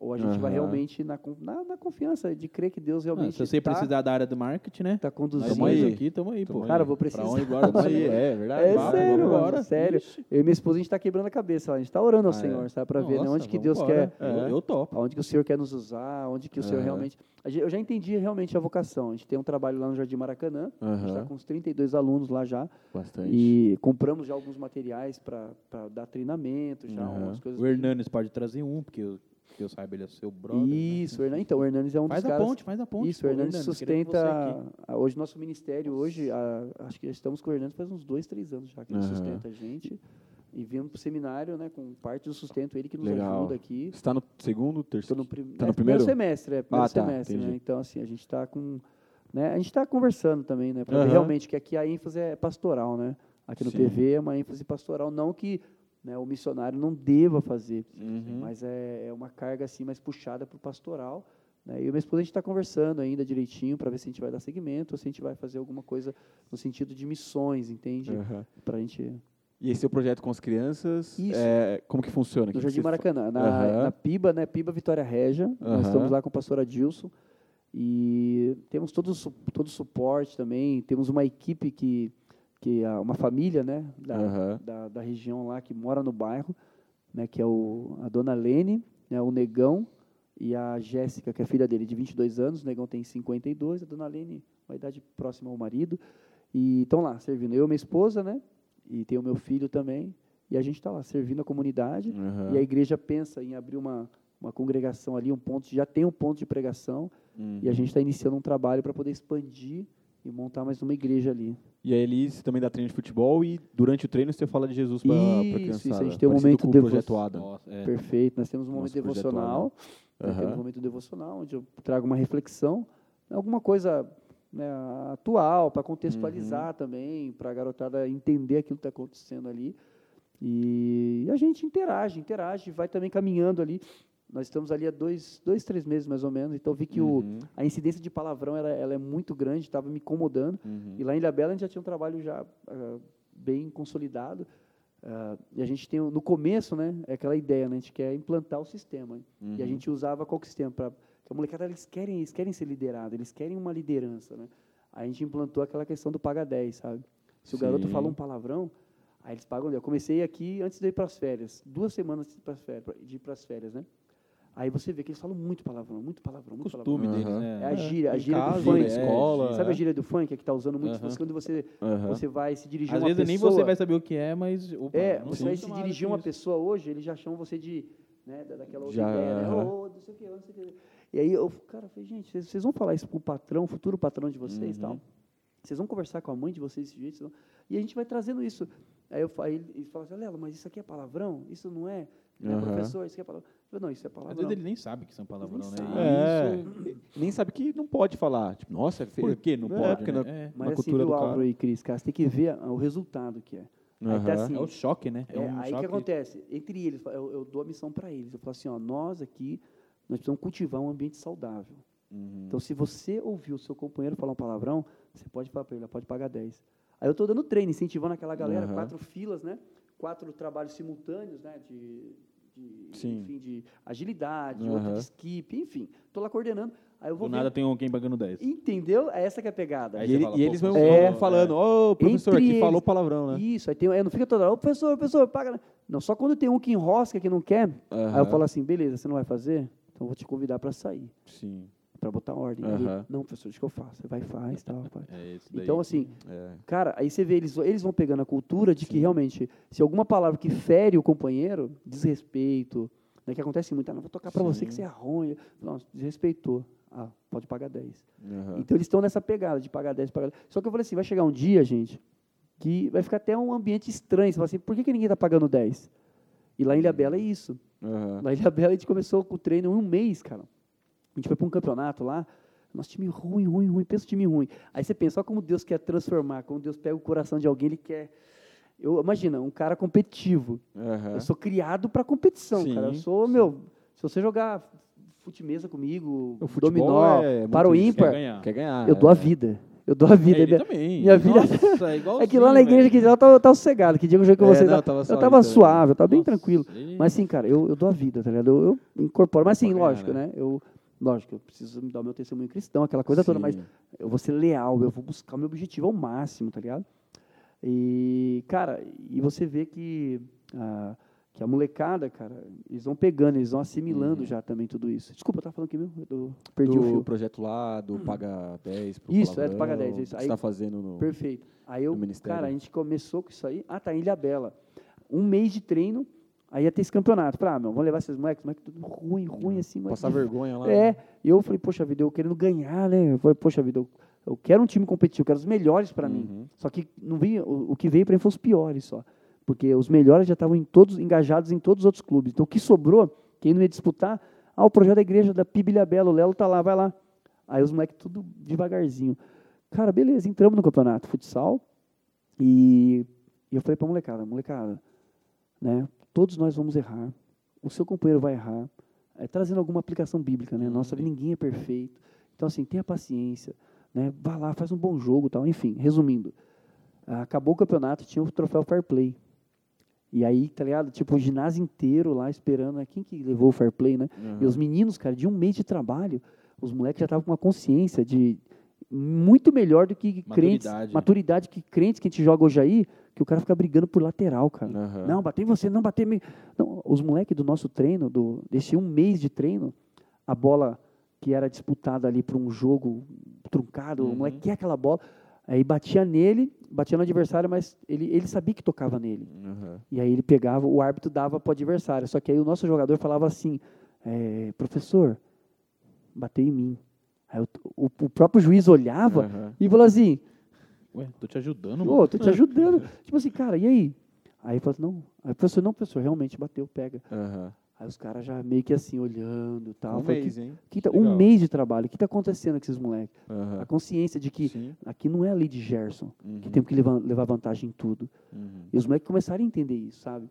ou a gente vai Aham. realmente na, con- na, na confiança de crer que Deus Ah, realmente Se você tá, precisar da área do marketing, né? tá Nós conduzindo. Tamo Tamo aí, aí. aqui, tamo aí, pô. Tamo aí. Cara, eu vou Pra precisar. onde glória, Vamos vamos aí, aí. é verdade. É vamos, sério, vamos mano, embora. sério. Ixi, Eu e minha esposa, a gente tá quebrando a cabeça, a gente tá orando ao Ah, é. Senhor, sabe? Pra ver né, nossa, onde que vamos Deus embora. quer, Eu, eu topo. aonde que o Senhor quer nos usar, onde que o Senhor Aham. realmente... A gente- Eu já entendi realmente a vocação. A gente tem um trabalho lá no Jardim Maracanã, a gente tá Aham. com uns 32 alunos lá já, Bastante. E compramos já alguns materiais para dar treinamento, já algumas Aham. coisas. O Hernanes pode trazer um, porque eu que eu saiba, ele é seu brother. né? Isso, o Hernan- então, o Hernandes é um Faz dos a caras. ponte, faz a ponte. Isso, pô, o Hernandes Hernandes, queremos você sustenta. aqui. a- Hoje, nosso ministério, hoje, a- acho que já estamos com o Hernandes faz uns dois, três anos já que ele Aham. sustenta a gente. E viemos para o seminário, né, com parte do sustento, ele que nos Legal. ajuda aqui. Está tá no segundo, Estou terceiro? no, prim... tá é, no primeiro? semestre, é, primeiro Ah, tá, semestre, né? entendi. Então, assim, a gente está com. Né, a gente está conversando também, né? Para ver Aham. realmente que aqui a ênfase é pastoral, né? Aqui no Sim. PV é uma ênfase pastoral, não que né, o missionário não deva fazer, Uhum. mas é, é uma carga assim mais puxada para o pastoral. Né? E o minha esposa a gente está conversando ainda direitinho para ver se a gente vai dar seguimento ou se a gente vai fazer alguma coisa no sentido de missões, entende? Aham. Para a gente. E esse é o projeto com as crianças. Isso. é, como que funciona? No Que que Jardim você fa- Maracanã, na, Aham. na PIBA, né? PIBA Vitória Régia. Aham. Nós estamos lá com o pastor Adilson. E temos todo, o su- todo o suporte também. Temos uma equipe que. que a- uma família, né? Da, Aham. da, da região lá que mora no bairro, né? Que é o, a dona Lene, né, o Negão e a Jéssica, que é filha dele, de 22 anos. O Negão tem 52. A dona Lene, uma idade próxima ao marido. E estão lá servindo. Eu e minha esposa, né? E tem o meu filho também. E a gente está lá servindo a comunidade. Aham. E a igreja pensa em abrir uma, uma congregação ali, um ponto, já tem um ponto de pregação, Hum. e a gente está iniciando um trabalho para poder expandir e montar mais uma igreja ali. E aí ali você também dá treino de futebol e durante o treino você fala de Jesus para Isso, a isso, criançada. a gente tem um Parecido momento com o devo- projeto Adam. Nossa, é. Perfeito. Nós temos um momento Nosso projeto né? devocional, nós Aham. temos um momento devocional, onde eu trago uma reflexão, alguma coisa né, atual, para contextualizar Uhum. também, para a garotada entender aquilo que está acontecendo ali. E a gente interage, interage, vai também caminhando ali. Nós estamos ali há dois, dois três meses mais ou menos, então eu vi que o, Uhum, a incidência de palavrão era, ela é muito grande, estava me incomodando. uhum. E lá em Ilhabela a gente já tinha um trabalho já ah, bem consolidado. Ah, e a gente tem, o- no começo, né, é aquela ideia, né, a gente quer implantar o sistema. uhum, E a gente usava qual que é sistema? Pra, que a molecada, eles querem, eles querem ser liderado, eles querem uma liderança. Né? A gente implantou aquela questão do paga 10, sabe? Se o garoto Sim. fala um palavrão, aí eles pagam 10. Eu comecei aqui antes de eu ir para as férias, duas semanas antes de ir para as férias, de ir pras férias, né? Aí você vê que eles falam muito palavrão, muito palavrão, muito palavrão. costume deles, Aham. né? É a gíria, a Em gíria do casa, funk. na escola, Sabe né? a gíria do funk, a que tá usando muito? Aham. Você- Quando você, Aham. você vai se dirigir a Às uma vezes pessoa... nem você vai saber o que é, mas. opa, É, não você sou vai se acostumado dirigir a com uma isso. pessoa hoje, eles já chamam você de... Né, da- daquela outra Já, ideia, né? aham. Ô, ô, não sei o que, não sei o que. E aí, eu, cara, eu falei, gente, vocês, vocês vão falar isso pro patrão, futuro patrão de vocês e Uhum. tal? Vocês vão conversar com a mãe de vocês desse jeito? Vocês vão- E a gente vai trazendo isso. Aí, eu, fa- aí ele ele fala assim, Lela, mas isso aqui é palavrão? Isso não é? Né, Aham. Professor, isso aqui é palavrão? Eu falei, não, isso é Às palavrão. vezes ele nem sabe que são palavrão, Eles né? nem sabem. É, nem sabe que não pode falar. Tipo, nossa, é feio. Por que não É, pode? porque né? não- É. Mas na assim, cultura viu, do cara. Álvaro e Cris, cara, você tem que Uhum. ver ah, o resultado que é. Aí tá Aham. assim, É o choque, né? É, um aí choque. que acontece? Entre eles, eu, eu dou a missão para eles. Eu falo assim, ó, nós aqui, nós precisamos cultivar um ambiente saudável. Então, se você ouvir o seu companheiro falar um palavrão, você pode falar para ele, ó, pode pagar 10. Aí eu estou dando treino, incentivando aquela galera, Aham. quatro filas, né? Quatro trabalhos simultâneos, né? De, de, Sim. enfim, de agilidade, outro Aham. de skip, enfim. Estou lá coordenando. Aí eu Do vou nada ver. tem alguém pagando 10. Entendeu? É essa que é a pegada. Aí E, você ele- fala, e pô, eles vão funcionou, vão falando, ô professor, é, Entre aqui eles- falou palavrão, né? Isso, aí tem, aí não fica toda hora, ô professor, professor, paga. né? Não, só quando tem um que enrosca, que não quer, Aham. aí eu falo assim, beleza, você não vai fazer? Então eu vou te convidar para sair, Sim. para botar ordem. Aí ele, Aham. não, professor, deixa que eu faço. Você vai e faz, tal, pá. É esse daí. Então, assim, É. cara, aí você vê, eles, eles vão pegando a cultura de que realmente, se alguma palavra que fere o companheiro, desrespeito, né, que acontece muito, ah, não vou tocar para você que você é ruim. Não, desrespeitou. Ah, pode pagar 10. Aham. Então eles estão nessa pegada de pagar 10, pagar 10. Só que eu falei assim, vai chegar um dia, gente, que vai ficar até um ambiente estranho. Você fala assim, por que, que ninguém está pagando 10? E lá em Ilhabela é isso. Aham. Lá em Ilhabela a gente começou com o treino em um mês, cara. A gente foi para um campeonato lá, nosso time ruim, ruim, ruim, pensa o time ruim. Aí você pensa, olha como Deus quer transformar, como Deus pega o coração de alguém, ele quer... Eu, imagina, um cara competitivo, Aham. eu sou criado para competição, É. Sim, cara. Eu sou, meu, se você jogar fute mesa comigo, O futebol dominó, é muito para o isso, quer ímpar, ganhar. Quer ganhar. eu é. dou a vida. Eu dou a vida. É, ele assim, Minha- também. minha vida- Nossa, é <laughs> é igualzinho, que lá na igreja velho. que já tava, tava sossegado, que dia que eu joguei com tá É, vocês. não, lá, eu tava eu suave tava também. suave, eu tava bem Nossa, tranquilo. ele- Mas sim, cara, eu, eu dou a vida, tá ligado? Eu, eu incorporo. Mas sim, Pra ganhar, lógico, né? Eu, lógico, eu preciso me dar o meu testemunho cristão, aquela coisa toda, mas Sim. eu vou ser leal, eu vou buscar o meu objetivo ao máximo, tá ligado? E, cara, e você vê que, ah, que a molecada, cara, eles vão pegando, eles vão assimilando já também tudo isso. Desculpa, eu tava falando aqui mesmo? Eu perdi o Uhum. do fio. Hum. projeto lá, do Paga 10 pro Isso, é, do palavrão, Paga 10, isso. que Aí- você tá fazendo no... Perfeito. Aí eu, do ministério. cara, a gente começou com isso aí. Ah, tá, em Ilhabela. Um mês de treino, Aí ia ter esse campeonato. Falei, ah, meu, vamos levar esses moleques, moleque tudo ruim, ruim, É. assim. moleque Passar vergonha lá. né? é, e eu falei, poxa vida, eu querendo ganhar, né? Eu falei, poxa vida, eu, eu quero um time competitivo, eu quero os melhores para Uhum. mim. Só que não vinha, o, o que veio para mim foi os piores só. Porque os melhores já estavam em todos engajados em todos os outros clubes. Então o que sobrou, quem não ia disputar, ah, o projeto da igreja da Pibilha Bela, o Lelo tá lá, vai lá. Aí os moleques tudo devagarzinho. Cara, beleza, entramos no campeonato futsal. E, e eu falei pra molecada, molecada, né? Todos nós vamos errar. O seu companheiro vai errar. É, trazendo alguma aplicação bíblica, né? Nossa, ninguém é perfeito. Então, assim, tenha paciência, né? Vá lá, faz um bom jogo e tal. Enfim, resumindo. ah, Acabou o campeonato, tinha o troféu Fair Play. E aí, tá ligado? Tipo, o ginásio inteiro lá esperando. Né? Quem que levou o Fair Play, né? E os meninos, cara, de um mês de trabalho, os moleques já estavam com uma consciência de muito melhor do que crentes. Maturidade. Maturidade que crentes que a gente joga hoje aí, que o cara fica brigando por lateral, cara. Aham. Não, bater em você, não bater em mim. Não, os moleques do nosso treino, do, desse um mês de treino, a bola que era disputada ali para um jogo truncado, o moleque quer aquela bola, aí batia nele, batia no adversário, mas ele, ele sabia que tocava nele. Aham. E aí ele pegava, o árbitro dava para o adversário. Só que aí o nosso jogador falava assim, é, professor, bateu em mim. Aí o, o, o próprio juiz olhava Aham. e falou assim, Ué, tô te ajudando, Ô, tô te <laughs> ajudando. tipo assim, cara, e aí? Aí eu falo assim, não. Aí o professor, não, professor, realmente bateu, pega. Aham. Aí os caras já meio que assim, olhando e tal. Um Eu falei, mês, que, hein? que tá- Legal. um mês de trabalho. O que tá acontecendo com esses moleques? Aham. A consciência de que Sim. aqui não é a lei de Gerson, que Uhum. tem que levar, levar vantagem em tudo. Uhum. E os moleques começaram a entender isso, sabe?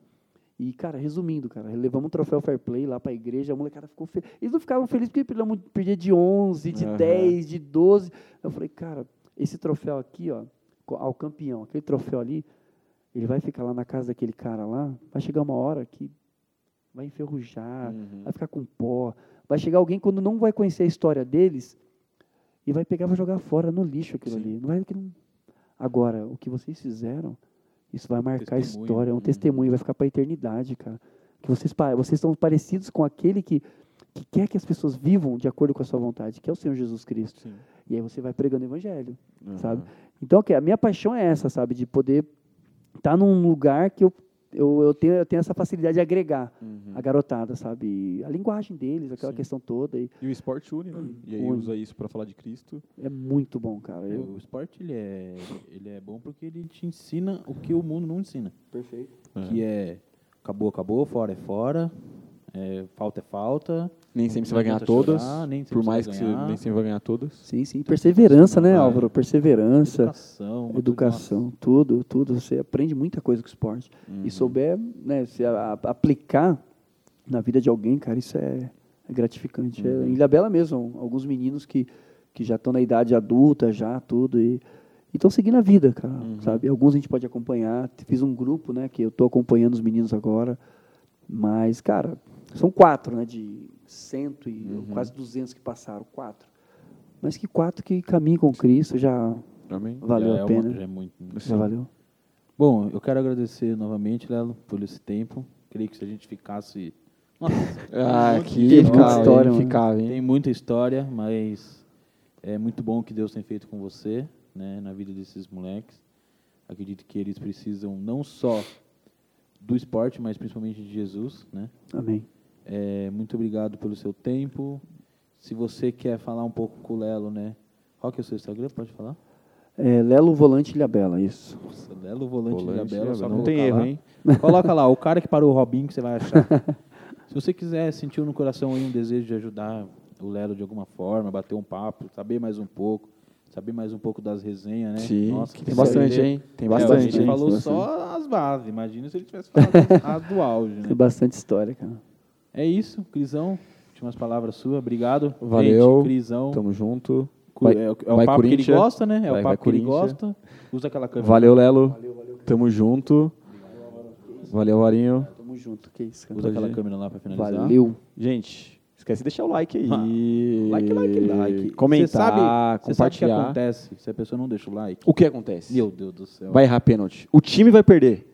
E, cara, resumindo, cara, levamos um troféu Fair Play lá pra igreja, a molecada ficou feliz. Eles não ficavam felizes porque perdemos- perdia de 11, de Aham. 10, de 12. Eu falei, cara, esse troféu aqui, ó, co- ao campeão, aquele troféu ali, ele vai ficar lá na casa daquele cara lá, vai chegar uma hora que vai enferrujar, Uhum. vai ficar com pó, vai chegar alguém quando não vai conhecer a história deles e vai pegar e vai jogar fora no lixo aquilo Sim. ali. Não vai, que não- Agora, o que vocês fizeram, isso vai marcar a Testemunho. história, é um Uhum. testemunho, vai ficar para a eternidade, cara. Que vocês, pa- vocês estão parecidos com aquele que, que quer que as pessoas vivam de acordo com a sua vontade, que é o Senhor Jesus Cristo. Sim. E aí você vai pregando o evangelho sabe? Aham. Então, ok, a minha paixão é essa, sabe? De poder estar num lugar que eu, eu, eu, tenho, eu tenho essa facilidade de agregar Hum. Uhum. a garotada, sabe? E A linguagem deles, aquela Sim. questão toda. E E o esporte une, né? E aí Une. usa isso pra falar de Cristo. é muito bom, cara. É, Eu, O esporte ele é, ele é bom porque ele te ensina o que o mundo não ensina. Perfeito. Que é acabou, acabou, fora é fora, é, falta é falta. Nem sempre você vai Não ganhar adianta chorar, todas. nem sempre Por você mais que vai você ganhar. nem sempre vai ganhar todas. Sim, sim. Perseverança, né, É. Álvaro? Perseverança, Educação. é educação, tudo, tudo. Você aprende muita coisa com o esporte. E souber, né, se a- a- aplicar na vida de alguém, cara, isso é, é gratificante. É, em Ilha Bela mesmo, alguns meninos que, que já estão na idade adulta, já, tudo, e estão seguindo a vida, cara, sabe? Alguns a gente pode acompanhar. Fiz um grupo, né, que eu estou acompanhando os meninos agora, mas, cara, são quatro, né, de cento e quase 200 que passaram, quatro. Mas que quatro que caminham com Cristo já Amém? valeu já a é pena. uma- já é muito. Já valeu. Bom, eu quero agradecer novamente, Lelo, por esse tempo. Creio que se a gente ficasse. Nossa, Ah, Tem que muita ficava, história, hein? mano. Ficava, hein? tem muita história, mas é muito bom o que Deus tem feito com você, né, na vida desses moleques. Acredito que eles precisam não só do esporte, mas principalmente de Jesus, né? Amém. É, muito obrigado pelo seu tempo. Se você quer falar um pouco com o Lelo, né? Qual que é o seu Instagram? Pode falar? É, Lelo Volante Ilhabela, isso. Nossa, Lelo Volante, Volante Volante Ilhabela. Ilhabela. só Não colocar tem erro, lá. hein? Coloca lá, o cara que parou o Robinho que você vai <laughs> achar. Se você quiser, sentiu no coração aí um desejo de ajudar o Lelo de alguma forma, bater um papo, saber mais um pouco, saber mais um pouco das resenhas, né? Sim, que tem que bastante, saber. hein? Tem É, a bastante, gente hein? falou Bastante. só as bases, imagina se <laughs> ele tivesse falado as do auge, né? Tem bastante história, cara. É isso, Crisão. Últimas palavras suas, obrigado. Valeu. Gente, Crisão. Tamo junto. cu- Vai- é, o- é o vai papo que ele Corinthians. gosta, né? É Vai- o vai papo que ele Corinthians. gosta. Usa aquela câmera. Valeu, Lelo. Tamo junto. Valeu, Varinho. Tamo junto, que isso, cara. Usa aquela Valeu. câmera lá pra finalizar. Valeu. Gente, esquece de deixar o like aí. <laughs> Like, like, like. Comentar, Cê sabe, cê sabe o que compartilhar. acontece se a pessoa não deixa o like? O que acontece? Meu Deus do céu. Vai errar pênalti. O time vai perder.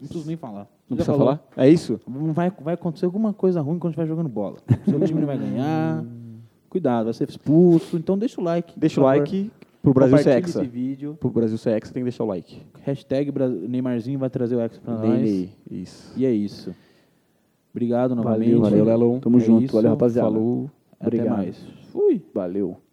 Não preciso nem falar. Não Já precisa falou. falar? É isso? Não Vai, vai acontecer alguma coisa ruim quando estiver jogando bola. Seu time não vai ganhar. Cuidado, vai ser expulso. Então deixa o like. Deixa o por favor. like. Pro Brasil ser Compartilhe hexa. esse vídeo. Pro Brasil ser hexa, tem que deixar o like. Hashtag Bra- Neymarzinho vai trazer o Hexa pra Ney, nós. Ney. Isso. E é isso. Obrigado novamente. Valeu, Lelon. Tamo É junto. isso. Valeu, rapaziada. Falou. Até Obrigado. mais. Fui. Valeu.